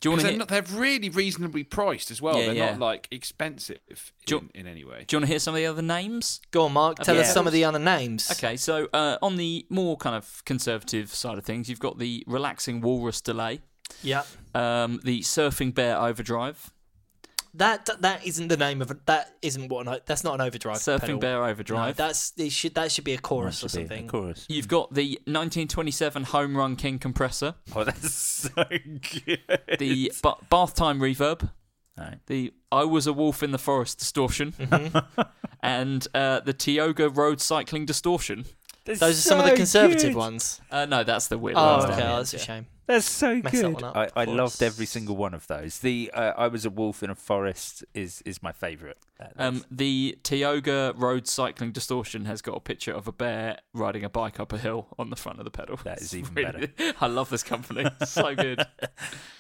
C: Do you want to
E: they're,
C: hear?
E: not, they're really reasonably priced as well.
C: Yeah,
E: they're
C: yeah.
E: not like expensive
C: Do-
E: in, in any way.
C: Do you want to hear some of the other names?
D: Go on, Mark. Tell
C: Yeah.
D: us some of the other names.
C: Okay, so uh, on the more kind of conservative side of things, you've got the relaxing walrus delay,
D: Yeah.
C: um, the surfing bear overdrive,
D: That that isn't the name of a- that isn't what an, that's not an overdrive.
C: surfing
D: pedal.
C: bear
D: No,
C: overdrive.
D: that's it should that should be a chorus
B: Should
D: or
B: be a
D: something.
B: chorus.
C: You've got the 1927 home run king compressor,
B: Oh, that's so good.
C: the ba- bath time reverb,
B: Alright.
C: the I was a wolf in the forest distortion,
D: Mm-hmm.
C: and uh, the Tioga road cycling distortion.
D: Those are some of the
B: So
D: conservative
B: good.
D: ones.
C: Uh, no, that's the weird
D: Oh,
C: ones
D: okay,
C: down
D: oh,
C: here,
D: that's a
C: yeah.
D: shame.
B: That's so
D: Mess that
B: good.
D: one up
B: I, I
D: for
B: loved
D: us.
B: every single one of those. The uh, I was a wolf in a forest is is my favourite. That- that's-
C: Um, the Tioga Road Cycling Distortion has got a picture of a bear riding a bike up a hill on the front of the pedal.
B: That is
C: It's
B: even
C: really- I love this company. so good.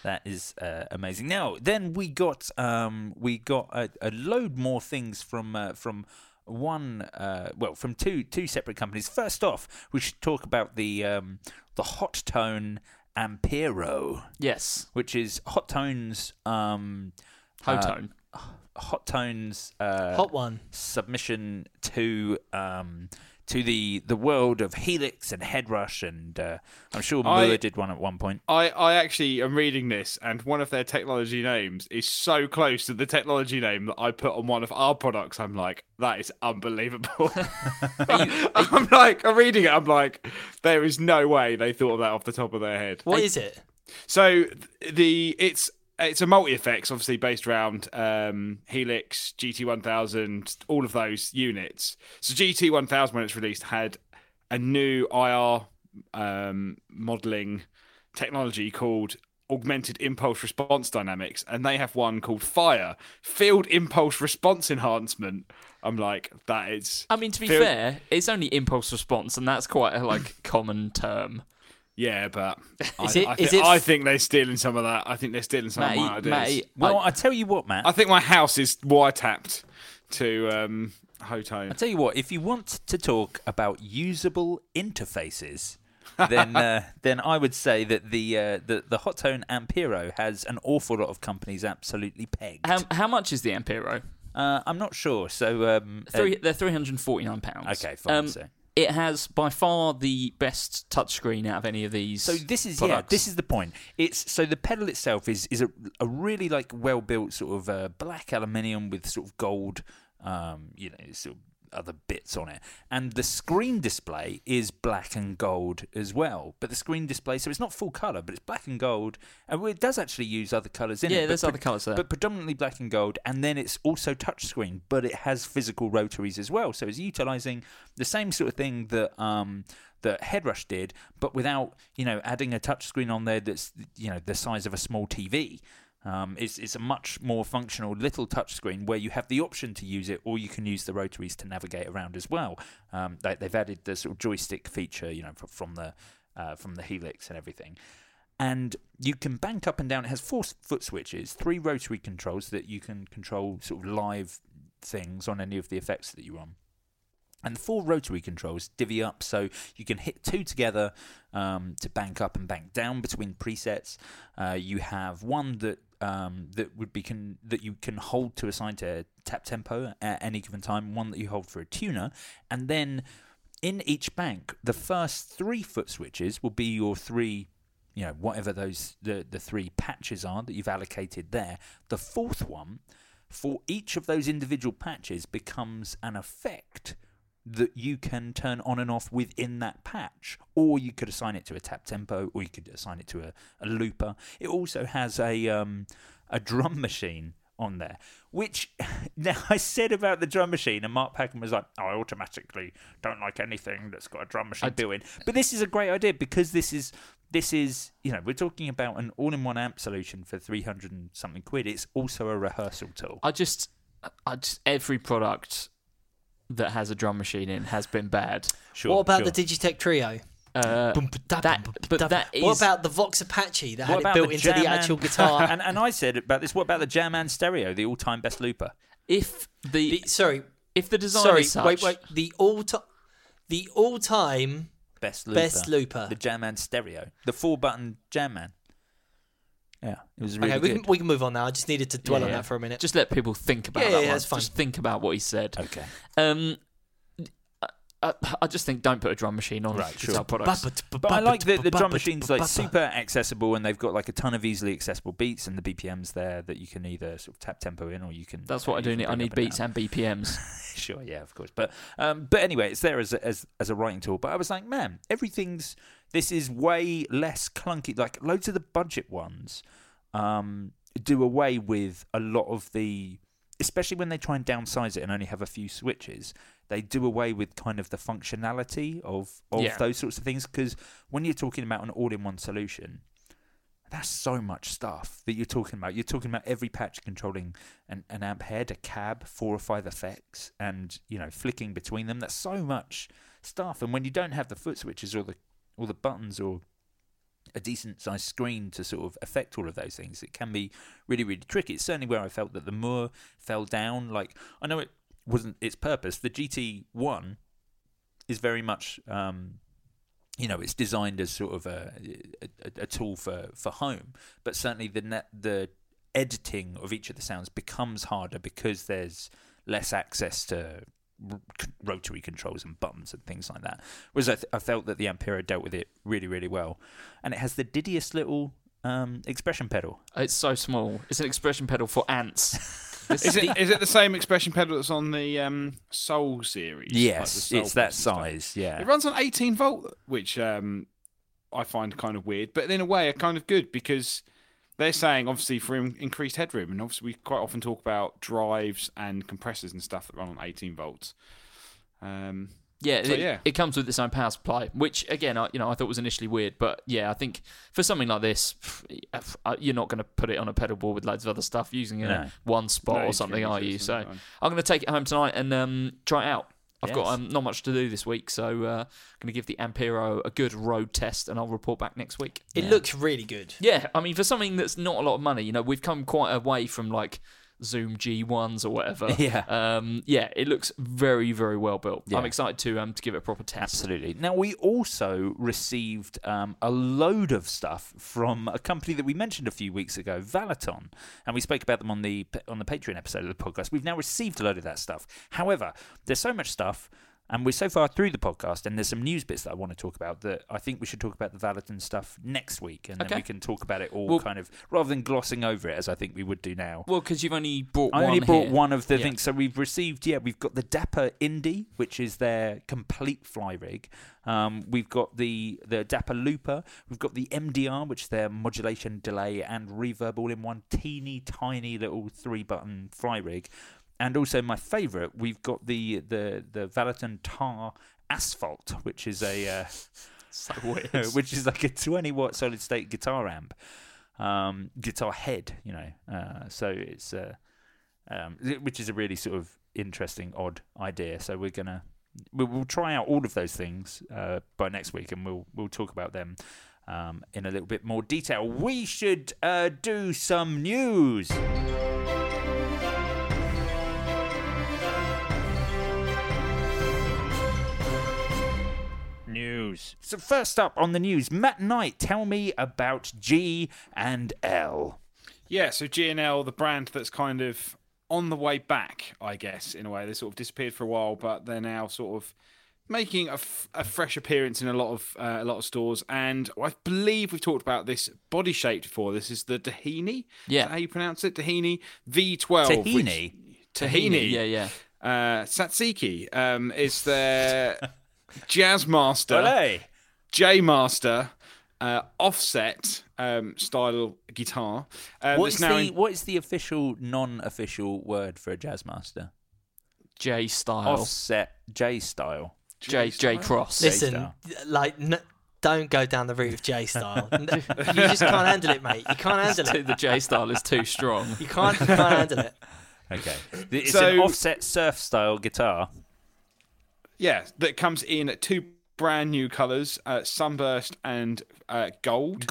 B: That is uh, amazing. Now, then we got um, we got a, a load more things from uh, from one uh, well from two two separate companies. First off, we should talk about the um, the Hot Tone Ampero,
C: Yes.
B: which is Hot Tone's um, uh,
C: Hotone.
B: Hot Tone's uh,
D: Hot one.
B: submission to um, to the the world of Helix and Headrush, and uh, I'm sure
E: I-
B: Muller did one at one point.
E: I, I actually am reading this, and one of their technology names is so close to the technology name that I put on one of our products. I'm like, that is unbelievable. I'm like, I'm reading it. I'm like, there is no way they thought of that off the top of their head.
D: What is it?
E: So th- the it's it's a multi effects, obviously based around um, Helix, GT one thousand, all of those units. So GT one thousand, when it's released, had a new IR um, modeling technology called augmented impulse response dynamics and they have one called fire field impulse response enhancement i'm like that is
C: I mean, to be
E: Field-
C: fair, it's only impulse response, and that's quite a like common term.
E: yeah but
D: Is
E: I,
D: it-
E: I,
D: is
E: thi-
D: it-
E: I think they're stealing some of that i think they're stealing some of my
C: Matty,
E: ideas
C: Matty,
B: Well,
C: I,
B: I, tell you what, Matt.
E: I think my house is wiretapped to um,
B: I
E: Hotone.
B: tell you what, if you want to talk about usable interfaces, then uh, then I would say that the uh, the the Hot Tone Ampero has an awful lot of companies absolutely pegged.
C: how, how much is the Ampero?
B: uh, I'm not sure. So um, uh,
C: Three, they're three hundred and forty nine pounds. Um,
B: Okay, fine, so-
C: It has by far the best touchscreen out of any of these.
B: So this is yeah,
C: products.
B: this is the point. It's so the pedal itself is is a, a really like well built sort of uh, black aluminium with sort of gold, um, you know, sort of other bits on it, and the screen display is black and gold as well. But the screen display, so it's not full color, but it's black and gold, and well, it does actually use other colors in it.
C: Yeah,
B: but
C: there's other colours there.
B: but predominantly black and gold, and then it's also touchscreen, but it has physical rotaries as well. So it's utilizing the same sort of thing that um, that Headrush did, but without you know adding a touchscreen on there that's you know the size of a small TV. Um, it's it's a much more functional little touchscreen where you have the option to use it, or you can use the rotaries to navigate around as well. Um, they, they've added the sort of joystick feature, you know, fr- from the uh, from the Helix and everything and you can bank up and down. It has four s- foot switches, three rotary controls that you can control sort of live things on any of the effects that you run. And the four rotary controls divvy up so you can hit two together um, to bank up and bank down between presets. Uh, you have one that um, that would be can that you can hold to assign to tap tempo at any given time. One that you hold for a tuner, and then in each bank, the first three foot switches will be your three you know whatever those the the three patches are that you've allocated there the fourth one for each of those individual patches becomes an effect that you can turn on and off within that patch or you could assign it to a tap tempo or you could assign it to a, a looper it also has a um a drum machine on there which now i said about the drum machine and mark packham was like "Oh, i automatically don't like anything that's got a drum machine
C: d-
B: built in but this is a great idea because this is this is you know we're talking about an all-in-one amp solution for 300 and something quid it's also a rehearsal tool
C: I just, I just every product that has a drum machine in has been bad.
B: sure
D: what about
B: sure.
D: the Digitech Trio?
C: Uh,
D: Bum, ba, da,
C: that-
D: bum, ba,
C: but
D: da,
C: that
D: bum. What
C: is-
D: about the Vox Apache
B: What
D: that had it
B: about
D: built into
B: Jam
D: the actual
B: and-
D: guitar?
B: and, and I said about this. What about the Jam and Stereo, the all-time best looper?
C: if the,
D: The- sorry,
C: if the design
D: sorry,
C: is such,
D: wait, wait. The all time, the all time.
B: Best looper.
D: Best looper.
B: The Jam and Stereo, the four-button Jam Man. Yeah, it was really
D: okay, we
B: good.
D: can, we can move on now. I just needed to dwell on
C: Yeah.
D: that for a minute.
C: Just let people think about
D: Yeah,
C: that
D: yeah,
C: one.
D: that's fine.
C: Just think about what he said.
B: okay.
C: Um, I, I- I just think don't put a drum machine on
B: Right,
C: guitar
B: sure.
C: products.
B: But I like that the drum machine's like super accessible, and they've got like a ton of easily accessible beats, and the BPMs there that you can either sort of tap tempo in, or you can.
C: That's what I
B: you
C: do
B: can
C: need. I
B: bring
C: need
B: up and
C: beats
B: down.
C: and BPMs.
B: sure, yeah, of course. But um, but anyway, it's there as a, as as a writing tool. But I was like, man, everything's this is way less clunky. Like loads of the budget ones um, do away with a lot of the, especially when they try and downsize it and only have a few switches. They do away with kind of the functionality of of
C: Yeah.
B: those sorts of things because when you're talking about an all-in-one solution, that's so much stuff that you're talking about. You're talking about every patch controlling an, an amp head, a cab, four or five effects, and you know flicking between them. That's so much stuff. And when you don't have the foot switches or the or the buttons or a decent sized screen to sort of affect all of those things, it can be really really tricky. It's certainly where I felt that the Moor fell down. Like I know it wasn't its purpose. The GT One is very much um, you know, it's designed as sort of a a, a tool for, for home, but certainly the net, the editing of each of the sounds becomes harder because there's less access to r- c- rotary controls and buttons and things like that. Whereas I, th- I felt that the Ampero dealt with it really, really well, and it has the diddiest little um, expression pedal.
C: It's so small. It's an expression pedal for ants. This
E: Is
C: the-
E: it is it the same expression pedal that's on the um, Soul series? Like the
B: Yes,
E: Soul
B: it's that
E: Plus and stuff?
B: size. Yeah,
E: It runs on 18 volt, which um, I find kind of weird, but in a way, are kind of good because they're saying obviously for in- increased headroom, and obviously we quite often talk about drives and compressors and stuff that run on 18 volts. Um,
C: Yeah,
E: So,
C: it,
E: yeah.
C: it comes with its own power supply, which again, I, you know, I thought was initially weird, but yeah, I think for something like this, f- uh, you're not going to put it on a pedal board with loads of other stuff using it
B: No.
C: in one spot
E: No,
C: or
E: it's
C: something,
E: really
C: are
E: good,
C: you?
E: isn't
C: So
E: it?
C: I'm going to take it home tonight and um, try it out. I've got
B: Yes.
C: um, not much to do this week, so uh, I'm going to give the Ampero a good road test, and I'll report back next week.
D: It looks really good.
C: Yeah, I mean, for something that's not a lot of money, you know, we've come quite a way from like Zoom G1s or whatever.
B: Yeah.
C: um, yeah, it looks very, very well built.
B: Yeah.
C: I'm excited to um to give it a proper test.
B: Absolutely. Now, we also received um, a load of stuff from a company that we mentioned a few weeks ago, Valaton, and we spoke about them on the on the Patreon episode of the podcast. We've now received a load of that stuff. However, there's so much stuff, and we're so far through the podcast, and there's some news bits that I want to talk about that I think we should talk about the Valaton stuff next week, and
C: Okay.
B: then we can talk about it all
C: Well-
B: kind of rather than glossing over it as I think we would do now.
C: Well, because you've only brought
B: I
C: one.
B: only brought
C: here.
B: one of the
C: Yeah.
B: things. So we've received, yeah, we've got the Dapper Indy, which is their complete fly rig. Um, we've got the the Dapper Looper. We've got the MDR, which is their modulation, delay, and reverb all in one teeny tiny little three button fly rig. And also my favourite, we've got the the the Valaton Tar Asphalt, which is a uh,
C: So weird.
B: which is like a 20 watt solid state guitar amp, um, guitar head, you know. Uh, so it's uh, um, th- which is a really sort of interesting, odd idea. So we're gonna we- we'll try out all of those things uh, by next week, and we'll we'll talk about them. Um, in a little bit more detail, we should uh, do some news. News. So first up on the news, Matt Knight, tell me about G and L.
E: Yeah, so GNL, the brand that's kind of on the way back, I guess, in a way. They sort of disappeared for a while, but they're now sort of making a, f- a fresh appearance in a lot of uh, a lot of stores. And I believe we've talked about this body shaped before. This is the tahini.
C: Yeah.
E: Is that how you pronounce it? Tahini V12. Oh, which-
B: Tahini?
E: tahini.
C: Yeah, yeah.
E: Uh, Satsiki um, is their jazz master. J Master uh, offset um, style guitar. Um,
B: What's
E: that's now
B: the
E: in-
B: what is the official non-official word for a jazz master?
C: J style.
B: Offset J style.
C: J J cross.
D: Listen,
B: style.
D: like, n- don't go down the route of J style. N- you just can't handle it, mate. You can't handle it.
C: the J style is too strong.
D: You can't, you can't handle it.
B: Okay. It's an
E: So-
B: offset surf style guitar.
E: yeah, that comes in two brand new colours: uh, sunburst and uh, gold,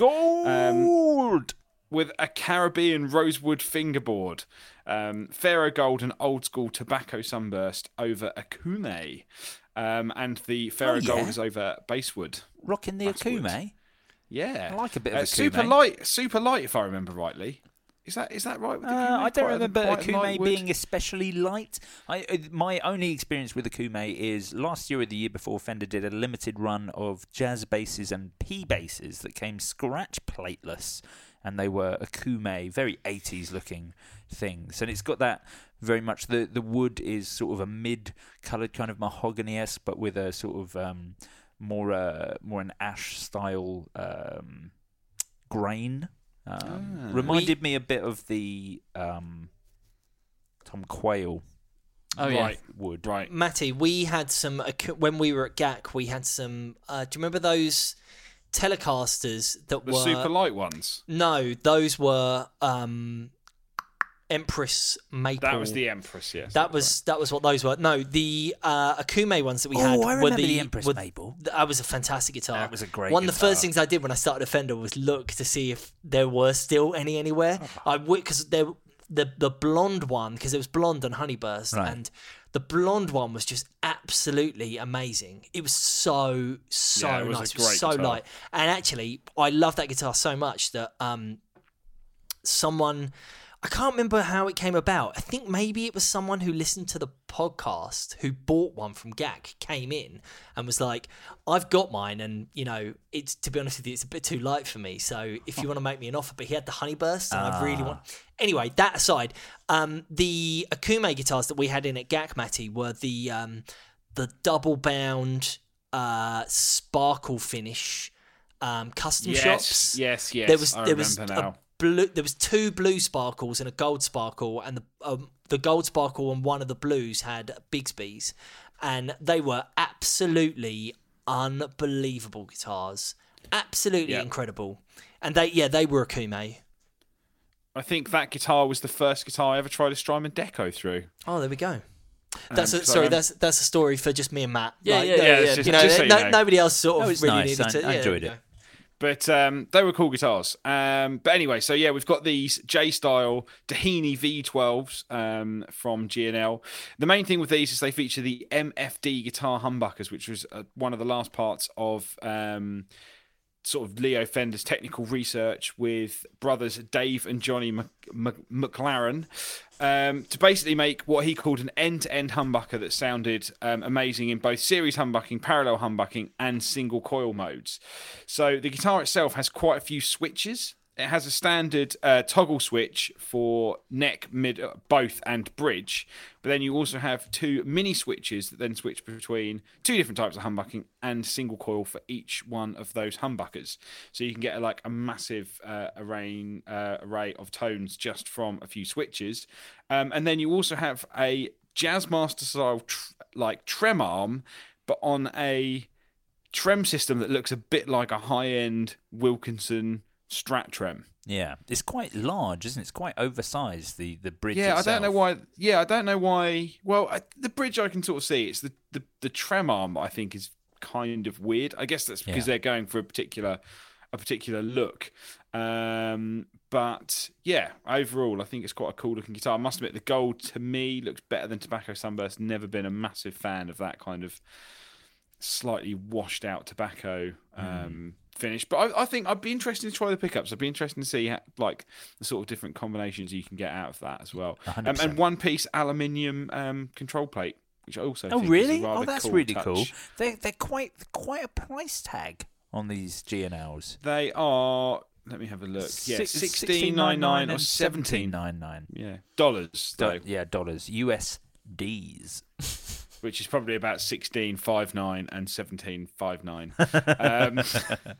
B: Gold.
E: with a Caribbean rosewood fingerboard, um, Faro gold and old school tobacco sunburst over akume, um, and the Faro
B: Oh, yeah.
E: gold is over basswood.
B: Rocking the
E: That's wood.
B: akume. eh?
E: Yeah, Uh,
B: I like a bit of a
E: super
B: Kume.
E: light, super light. If I remember rightly, is that is that right? With the
B: Uh,
E: Kume?
B: I don't
E: Quite a-
B: remember
E: quite a
B: Akume
E: light wood?
B: being especially light. I, uh, my only experience with Akume is last year or the year before, Fender did a limited run of jazz basses and P basses that came scratch plateless, and they were Akume, very 80s looking things. And it's got that very much the the wood is sort of a mid coloured kind of mahogany esque, but with a sort of um, more uh, more an ash style um, grain. Um,
E: Ah.
B: Reminded me a bit of the um, Tom Quayle
C: Oh yeah.
E: right,
B: wood.
E: right.
D: Matty, we had some ac- when we were at GAC. We had some. Uh, do you remember those Telecasters that
E: The
D: were
E: super light ones.
D: No, those were um, Empress Maple.
E: That was the Empress. Yes,
D: That was that was what those were. No, the uh, Akume ones that we
B: Oh,
D: had.
B: I
D: were
B: remember
D: the,
B: the Empress
D: were-
B: Maple.
D: That was a fantastic guitar.
B: That was a great
D: One of the
B: guitar.
D: first things I did when I started a Fender was look to see if there were still any anywhere. I would because there the the blonde one because it was blonde on Honeyburst
B: Right.
D: and the blonde one was just absolutely amazing. It was so so
E: Yeah, it was a
D: nice, it was
E: great
D: so
E: guitar.
D: light. And actually, I love that guitar so much that um, someone I can't remember how it came about. I think maybe it was someone who listened to the podcast who bought one from GAC came in and was like, "I've got mine, and you know, it's to be honest with you, it's a bit too light for me. So if you want to make me an offer, but he had the Honeyburst, and I really want." Anyway, that aside, um, the Akume guitars that we had in at GAC Matty were the um, the double bound uh, sparkle finish um, custom
E: yes,
D: shops.
E: Yes, yes.
D: There was
E: I
D: there was
E: remember
D: a
E: now.
D: blue. There was two blue sparkles and a gold sparkle, and the um, the gold sparkle and one of the blues had Bigsby's, and they were absolutely unbelievable guitars, absolutely
E: Yeah.
D: incredible, and they yeah they were Akume.
E: I think that guitar was the first guitar I ever tried a Strymon Deco through. Um,
D: Oh, there we go. That's a,
E: so
D: sorry.
E: I'm-
D: That's that's a story for just me and Matt.
C: Yeah, yeah,
D: no-
C: yeah,
E: it's just-
D: You know,
E: just so you
D: no-
E: know.
D: nobody else sort
B: That
D: of
B: was
D: really
B: nice.
D: needed
B: I-
D: to.
B: I
D: yeah,
B: enjoyed
D: there
B: it.
E: But um, they were cool guitars. Um, but anyway, so yeah, we've got these J style Tahini V12s um, from GNL. The main thing with these is they feature the MFD guitar humbuckers, which was uh, one of the last parts of um, sort of Leo Fender's technical research with brothers Dave and Johnny Mc- Mc- McLaren um, to basically make what he called an end-to-end humbucker that sounded um, amazing in both series humbucking, parallel humbucking, and single coil modes. So the guitar itself has quite a few switches. It has a standard uh, toggle switch for neck, mid, uh, both, and bridge. But then you also have two mini switches that then switch between two different types of humbucking and single coil for each one of those humbuckers. So you can get like a massive uh, array, uh, array of tones just from a few switches. Um, and then you also have a Jazzmaster style tr- like trem arm, but on a trem system that looks a bit like a high end Wilkinson Strat trem.
B: Yeah, it's quite large, isn't it? It's quite oversized. The the bridge.
E: Yeah, I
B: itself.
E: don't know why. Yeah, I don't know why. Well, I, the bridge I can sort of see. It's the the, the trem arm. I think is kind of weird. I guess that's because
B: Yeah.
E: they're going for a particular a particular look. Um, but yeah, overall, I think it's quite a cool looking guitar. I must admit, the gold to me looks better than Tobacco Sunburst. Never been a massive fan of that kind of slightly washed out tobacco um, finish. But I, I think I'd be interested to try the pickups. I'd be interested to see how, like the sort of different combinations you can get out of that as well. Um, and
B: 100%.
E: one piece aluminium um, control plate, which I also
B: Oh
E: think Is
B: really?
E: a rather
B: Oh, that's
E: cool
B: really
E: touch.
B: cool. They they're quite quite a price tag on these GNLs.
E: They are. Let me have a look. Yeah,
B: Six-
E: sixteen nine nine or
B: and
E: seventeen nine.
B: 17.99.
E: Yeah, dollars
B: Do-
E: though,
B: yeah, dollars, USDs.
E: which is probably about sixteen five nine and seventeen five nine. Um, but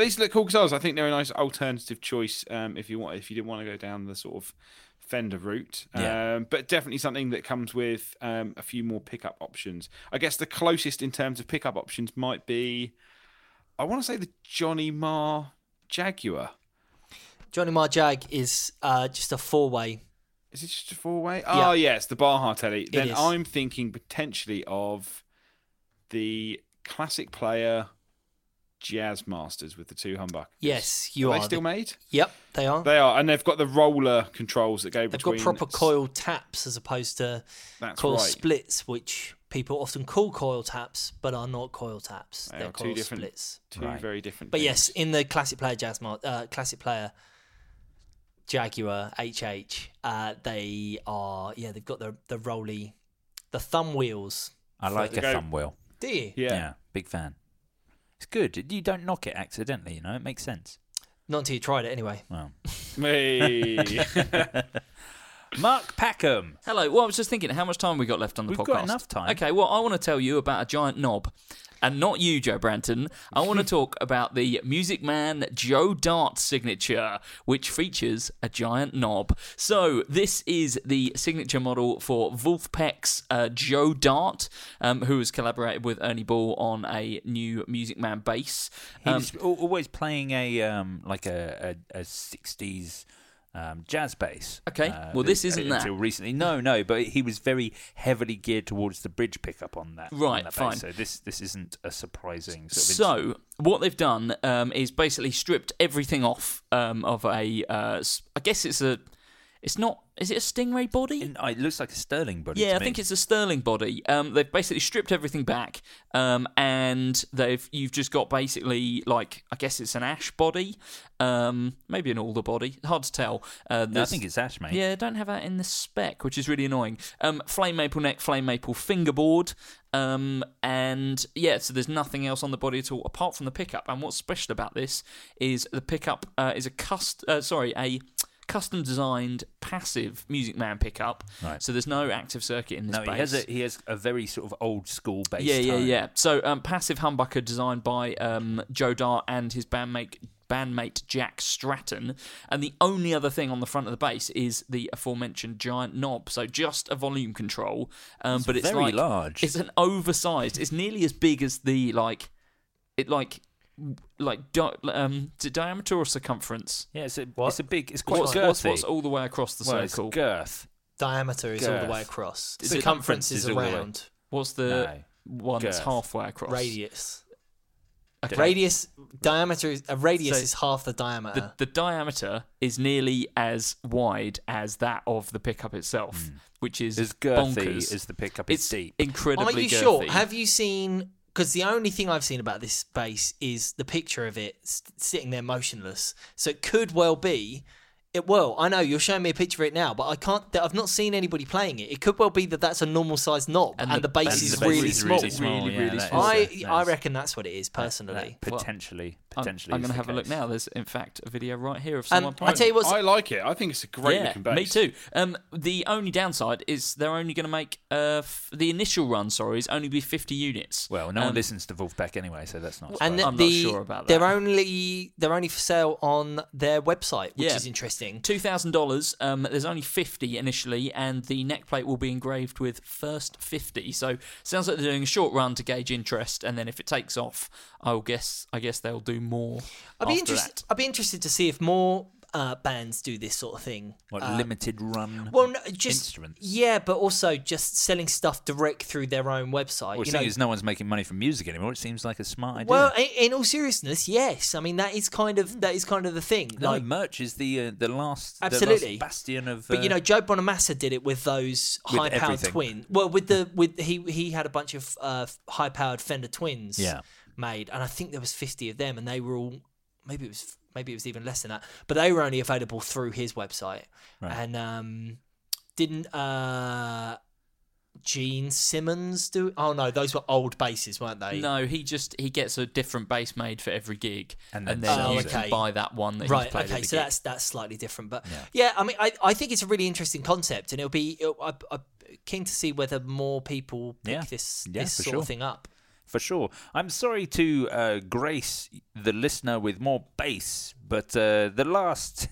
E: these look cool guitars. I think they're a nice alternative choice um, if you want if you didn't want to go down the sort of Fender route.
B: Yeah.
E: Um, but definitely something that comes with um, a few more pickup options. I guess the closest in terms of pickup options might be, I want to say the Johnny Marr Jaguar.
D: go. Johnny Marjag is uh, just a four way.
E: Is it just a four way? Oh yes, the Baja telly. Then
D: is.
E: I'm thinking potentially of the classic player Jazz Masters with the two humbuckers.
D: Yes, you
E: are.
D: are.
E: they still
D: The-
E: made?
D: Yep, they are.
E: They are, and they've got the roller controls that go
D: They've
E: between.
D: got proper coil taps as opposed to
E: That's
D: coil
E: right.
D: splits, which people often call coil taps, but are not coil taps.
E: They
D: They're
E: are
D: coil
E: two different,
D: splits.
E: two very different.
D: But
E: things.
D: yes, in the classic player jazz, mar- uh, classic player Jaguar HH, uh, they are yeah, they've got the the roly, the thumb wheels.
B: I like a
E: Go.
B: thumb wheel.
D: Do you?
E: yeah.
B: Yeah. big fan. It's good. You don't knock it accidentally, you know. It makes sense.
D: Not until you tried it anyway.
B: Well,
E: Me.
B: Mark Packham.
C: Hello. Well, I was just thinking, how much time we got left on the
B: We've
C: podcast?
B: got enough time.
C: Okay. Well, I want to tell you about a giant knob, and not you, Joe Branton. I want to talk about the Music Man Joe Dart signature, which features a giant knob. So this is the signature model for Wolfpack's uh, Joe Dart, um, who has collaborated with Ernie Ball on a new Music Man bass. Um,
B: He's al always playing a um, like a, a, a '60s um, jazz bass. Uh,
C: Okay, well, this isn't that.
B: until recently. No, no, but he was very heavily geared towards the bridge pickup on that. on
C: Right,
B: that bass.
C: fine.
B: So this this isn't a surprising sort of. incident.
C: So what they've done um, is basically stripped everything off um, of a. Uh, s- I guess it's a. It's not. Is it a stingray body?
B: And, uh, it looks like a Sterling body.
C: yeah,
B: to
C: I
B: me.
C: think it's a Sterling body. Um, they've basically stripped everything back, um, and they've you've just got basically like I guess it's an ash body, um, maybe an alder body. Hard to tell. Uh,
B: No, I
C: there's-
B: think it's Ash, mate.
C: yeah, don't have that in the spec, which is really annoying. Um, flame maple neck, flame maple fingerboard, um, and yeah, so there's nothing else on the body at all apart from the pickup. And what's special about this is the pickup uh, is a cust uh, sorry a custom designed passive Music Man pickup.
B: Right.
C: So there's no active circuit in this.
B: No,
C: bass.
B: he has a he has a very sort of old school bass.
C: Yeah, yeah,
B: tone.
C: yeah. So um, passive humbucker designed by um, Joe Dart and his bandmate bandmate Jack Stratton, and the only other thing on the front of the bass is the aforementioned giant knob. So just a volume control, um, but it's
B: very
C: like-
B: large.
C: It's an oversized. It's nearly as big as the like, it like. Like di- um, is it diameter or circumference?
B: Yeah, it's a,
D: What?
B: it's a big. It's quite
C: what's,
B: girthy.
C: what's, what's all the way across the
B: well, it's
C: circle?
B: girth.
D: Diameter is all
B: Girth.
D: the way across.
C: Is it-
D: Circumference is
B: is all the way-
D: around.
C: what's the
B: No.
C: one that's
B: Girth.
C: halfway across?
D: Radius.
C: Okay.
D: Radius diameter is a radius
C: So-
D: is half the diameter.
C: the, the diameter is nearly as wide as that of the pickup itself, which is
B: As Hmm. girthy
C: bonkers.
B: as the pickup is
C: it's
B: deep.
C: incredibly
D: Are you
C: girthy.
D: sure? Have you seen? Because the only thing I've seen about this space is the picture of it s- sitting there motionless. So it could well be. It well, I know you're showing me a picture of it now, but I can't. I've not seen anybody playing it. It could well be that that's a normal sized knob and, the, bass
B: and
D: is
B: the bass
D: really
B: is
D: small.
B: really small,
C: Really,
B: yeah,
C: really
B: that is-
C: small.
D: I
B: that
D: I
B: is-
D: reckon that's what it is personally.
B: that potentially,
C: I'm,
B: potentially.
C: I'm
B: is
C: going to
B: the
C: have a look
B: case.
C: now. There's, in fact, a video right here of
D: Um,
C: someone playing.
D: I tell you what,
E: I like it. I think it's a great
C: yeah,
E: looking bass.
C: me too. Um, the only downside is they're only going to make uh, f- the initial run. Sorry, is only be 50 units.
B: Well, no
C: Um,
B: one listens to Wolfpack anyway, so that's not.
D: and
B: surprising.
C: I'm not
D: the,
C: sure about
D: They're
C: that.
D: only they're only for sale on their website, which
C: Yeah.
D: is interesting.
C: Two thousand dollars. Um, there's only fifty initially, and the neck plate will be engraved with first fifty. So sounds like they're doing a short run to gauge interest, and then if it takes off, I'll guess I guess they'll do more.
D: I'd be
C: after
D: interested.
C: that.
D: I'd be interested to see if more uh, bands do this sort of thing.
B: what
D: Um,
B: limited run?
D: Well, no, just
B: instruments.
D: yeah, but also just selling stuff direct through their own website.
B: Well,
D: you
B: seeing
D: know-
B: as no one's making money from music anymore, it seems like a smart idea.
D: well, i- in all seriousness, yes. I mean, that is kind of that is kind of the thing.
B: no,
D: like,
B: merch is the uh, the last the last
D: Absolutely.
B: bastion of.
D: but you
B: uh,
D: know, Joe Bonamassa did it with those
B: With
D: high-powered
B: everything.
D: twin. Well, with the with he he had a bunch of uh, high-powered Fender twins
B: Yeah.
D: made, and I think there was fifty of them, and they were all maybe it was maybe it was even less than that, but they were only available through his website,
B: Right.
D: and um, didn't uh. Gene Simmons do? Oh no, those were old bases, weren't they?
C: No, he just he gets a different bass made for every gig,
B: And
C: and
B: then
C: then,
D: sells
C: you
D: it.
C: can
D: Oh, Okay.
C: buy that one that
D: right
C: he's played. at
D: okay
C: the
D: so
C: gig.
D: that's that's slightly different but yeah, i mean I, I think it's a really interesting concept and it'll be I, i'm keen to see whether more people pick
B: Yeah.
D: this
B: Yeah,
D: this
B: for
D: sort
B: sure.
D: of thing up
B: for sure. I'm sorry to uh, grace the listener with more bass, but uh, the last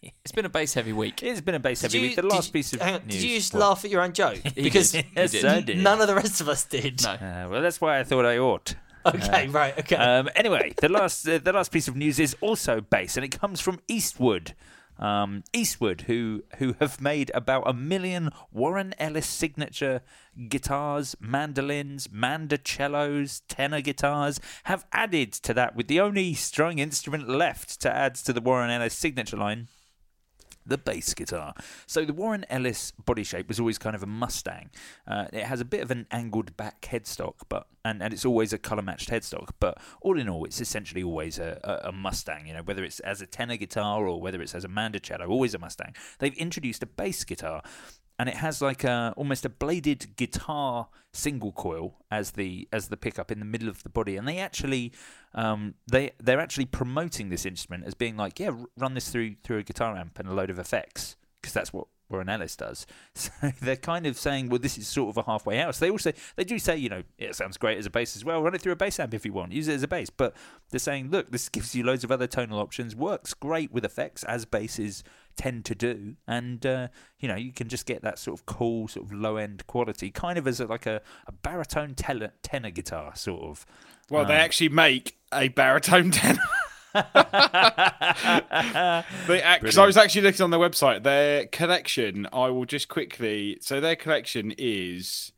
C: it's been a bass heavy week.
B: it's been a bass
D: Did
B: heavy
D: you-
B: week. The
D: did
B: last
D: you-
B: piece of
D: hang on,
B: news.
D: did you just
B: What?
D: laugh at your own joke because
C: did. He
B: Yes,
C: did.
B: I did.
D: none of the rest of us did
C: No.
B: Uh, well, that's why I thought I ought.
D: okay right okay
B: uh, Um, anyway, the last uh, the last piece of news is also bass, and it comes from Eastwood. um, Eastwood, who who have made about a million Warren Ellis signature guitars, mandolins, mandocellos, tenor guitars, have added to that with the only strung instrument left to add to the Warren Ellis signature line the bass guitar. So the Warren Ellis body shape was always kind of a Mustang. Uh, it has a bit of an angled back headstock, but and, and it's always a color matched headstock. But all in all, it's essentially always a, a, a Mustang. You know, whether it's as a tenor guitar or whether it's as a mandocello, always a Mustang. They've introduced a bass guitar. And it has like a almost a bladed guitar single coil as the as the pickup in the middle of the body, and they actually um, they they're actually promoting this instrument as being like, yeah, r- run this through through a guitar amp and a load of effects because that's what Warren Ellis does. So they're kind of saying, well, this is sort of a halfway house. They also they do say, you know, it sounds great as a bass as well. Run it through a bass amp if you want. Use it as a bass, but they're saying, look, this gives you loads of other tonal options. Works great with effects as basses tend to do, and uh, you know you can just get that sort of cool, sort of low end quality, kind of as a, like a, a baritone tele- tenor guitar sort of.
E: Well, they actually make a baritone tenor. Because I was actually looking on their website, their collection. I will just quickly. So their collection is.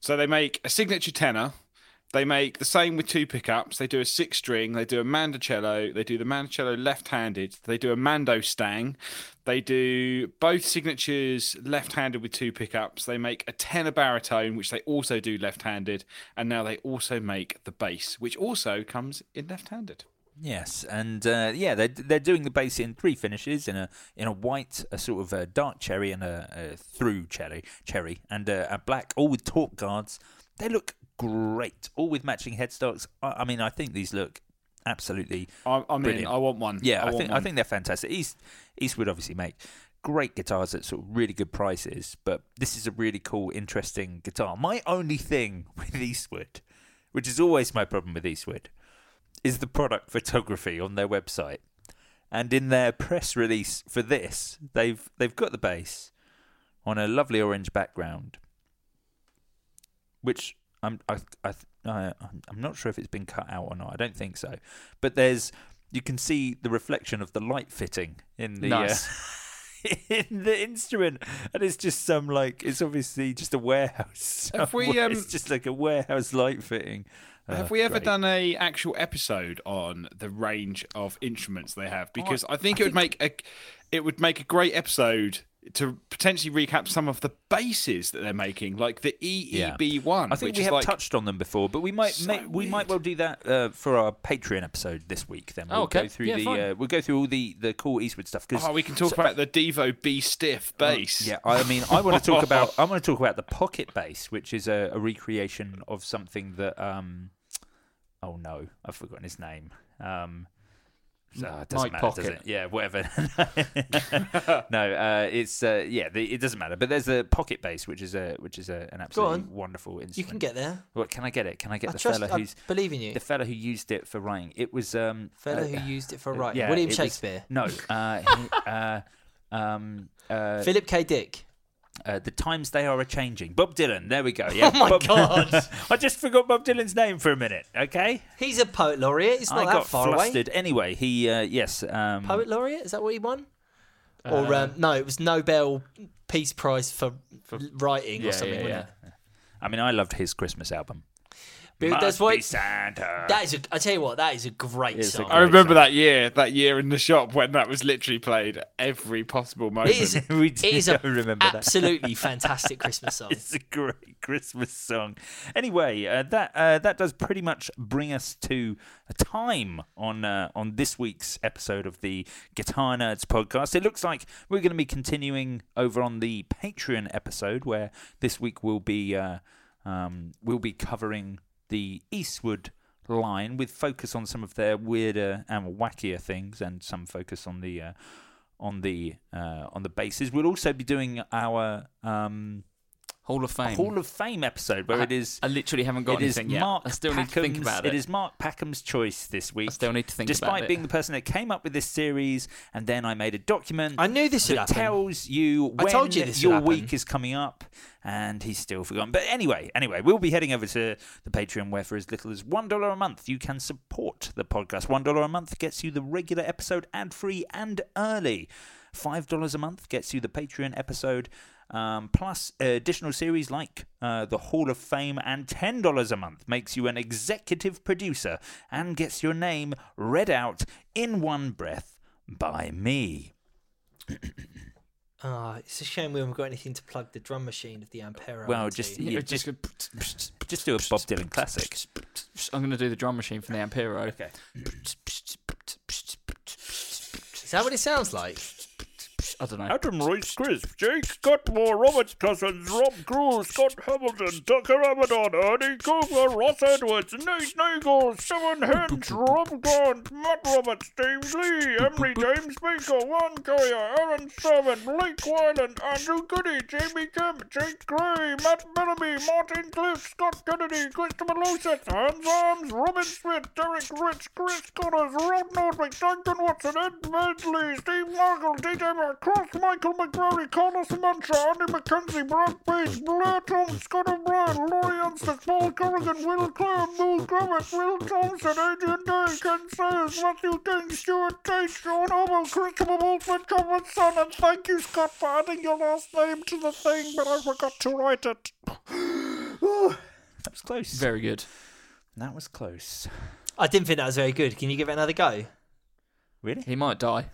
E: So they make a signature tenor. They make the same with two pickups. They do a six string. They do a mandocello. They do the mandocello left-handed. They do a mando stang. They do both signatures left-handed with two pickups. They make a tenor baritone, which they also do left-handed, and now they also make the bass, which also comes in left-handed.
B: Yes, and uh, yeah, they're they're doing the bass in three finishes in a in a white, a sort of a dark cherry, and a, a through cherry, cherry, and a, a black, all with torque guards. They look great, all with matching headstocks. I, I mean, I think these look absolutely.
E: I, I'm in.
B: Brilliant.
E: I want one.
B: Yeah, I,
E: want
B: think I
E: one.
B: think they're fantastic. East Eastwood obviously make great guitars at sort of really good prices, but this is a really cool, interesting guitar. My only thing with Eastwood, which is always my problem with Eastwood, is the product photography on their website. And in their press release for this, they've they've got the bass on a lovely orange background, which I'm I, I I I'm not sure if it's been cut out or not. I don't think so, but there's you can see the reflection of the light fitting in the.
C: Nice.
B: Uh, in the instrument, and it's just some like it's obviously just a warehouse.
E: Have we,
B: somewhere.
E: um,
B: it's just like a warehouse light fitting.
E: Have
B: Uh,
E: we ever
B: great.
E: done a actual episode on the range of instruments they have? Because I think it would make a it would make a great episode to potentially recap some of the bases that they're making, like the
B: Yeah.
E: EEB one.
B: I think
E: which
B: we
E: is
B: have
E: like,
B: touched on them before, but we might
E: so
B: ma- we might
E: weird.
B: well do that uh, for our Patreon episode this week. Then
C: Oh,
B: we'll
C: okay.
B: go through
C: Yeah,
B: the
C: fine.
B: uh, we'll go through all the the cool Eastwood stuff because
E: Oh, we can talk about the Devo B stiff
B: Uh,
E: bass.
B: yeah, I mean, I want to talk about I want to talk about the pocket bass, which is a, a recreation of something that um oh no, I've forgotten his name. Um so it doesn't
C: Mike
B: matter, does
C: Pocket.
B: it? Yeah, whatever. no, uh, it's uh, yeah, the, it doesn't matter. But there's the pocket bass, which is a which is a, an absolutely
D: on.
B: wonderful instrument.
D: You can get there.
B: Well, can I get it? Can I get
D: I
B: the
D: trust.
B: fella
D: I
B: who's
D: believe in you.
B: the fella who used it for writing? It was um
D: Fella
B: uh,
D: who used it for
B: uh,
D: writing.
B: yeah,
D: William
B: it was-
D: Shakespeare.
B: no, uh, he- uh, um, uh,
D: Philip K. Dick.
B: uh, the times they are a changing. Bob Dylan. There we go. Yeah.
D: Oh my
B: Bob-
D: God.
B: I just forgot Bob Dylan's name for a minute. Okay.
D: He's a poet laureate. It's not
B: I
D: that
B: got
D: far away.
B: flustered. Anyway, he uh, yes. Um,
D: Poet laureate? Is that what he won? or
B: Uh,
D: um, no, it was Nobel Peace Prize for, writing or something. wasn't it?
B: I mean, I loved his Christmas album.
D: But
B: Must
D: that's
B: be
D: what.
B: Santa.
D: That is a. I tell you what, that is a great
B: It's a
D: song.
E: I remember that year, that year in the shop when that was literally played at every possible moment.
D: It is, it
B: We do
D: is a
B: remember that.
D: absolutely fantastic Christmas song.
B: It's a great Christmas song. Anyway, uh, that uh, that does pretty much bring us to a time on uh, on this week's episode of the Guitar Nerds podcast. It looks like we're going to be continuing over on the Patreon episode, where this week we'll be uh, um, we'll be covering the Eastwood line with focus on some of their weirder and wackier things, and some focus on the. Uh, on the uh, on the bases, we'll also be doing our um,
C: Hall of Fame.
B: Hall of Fame episode where
C: I-
B: it is.
C: I literally haven't got
B: it is
C: anything yet.
B: Mark
C: I still need to think
B: Packham's-
C: about
B: It
C: it.
B: is Mark Packham's choice this week.
C: still need to think about
B: Despite
C: it.
B: being the person that came up with this series, and then I made a document.
D: I knew this would
B: that
D: happen.
B: tells you
D: I
B: when
D: told you this would
B: your
D: happen.
B: week is coming up, and he's still forgotten. But anyway, anyway, we'll be heading over to the Patreon, where for as little as one dollar a month, you can support the podcast. One dollar a month gets you the regular episode ad free and early. $5 a month gets you the Patreon episode, um, plus uh, additional series like uh, The Hall of Fame, and $10 a month makes you an executive producer and gets your name read out in one breath by me.
D: Ah, it's a shame we haven't got anything to plug the drum machine of the Ampero.
B: Well,
D: into.
B: just, yeah, just, just do a Bob Dylan classic.
C: I'm going to do the drum machine from the Ampero.
B: Okay.
D: is that what it sounds like?
C: I don't know.
B: Adam Royce Crisp, Jake Scottmore, Robert Cousins, Rob Crew, Scott Hamilton, Tucker Abaddon, Ernie Cooper, Ross Edwards, Nate Nagel, Seven Hens, Rob Grant, Matt Roberts, James Lee, Emily James Baker, Juan Coyer, Aaron Servant, Blake Wyland, Andrew Goody, Jamie Kemp, Jake Gray, Matt Bellamy, Martin Cliff, Scott Kennedy, Christopher Loseth, Hans Arms, Robin Smith, Derek Rich, Chris Connors, Rod Nordwick, Duncan Watson, Ed Medley, Steve Markle, DJ McCross, Michael McCrory, Carlos Mantra, Andy McKenzie, Brad Bates, Blair Tom, Scott O'Brien, Laurie Unsters, Paul Corrigan, Will Clare, Bill Grummet, Will Thompson, Adrian Day, Ken Sayers, Matthew King, Stuart Tate, Sean Obo, Christopher Wolfman, Cameron Son, and thank you, Scott, for adding your last name to the thing, but I forgot to write it. that was close.
C: Very good.
B: That was close.
D: I didn't think that was very good. Can you give it another go?
B: Really?
C: He might die.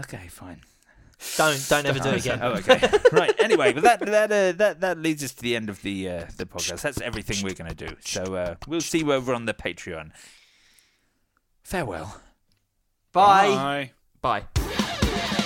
B: Okay, fine.
D: Don't don't ever do it again.
B: Oh, okay. right. Anyway, but that that uh, that that leads us to the end of the uh, the podcast. That's everything we're going to do. So uh, we'll see you over on the Patreon. Farewell.
D: Bye.
G: Bye.
C: Bye.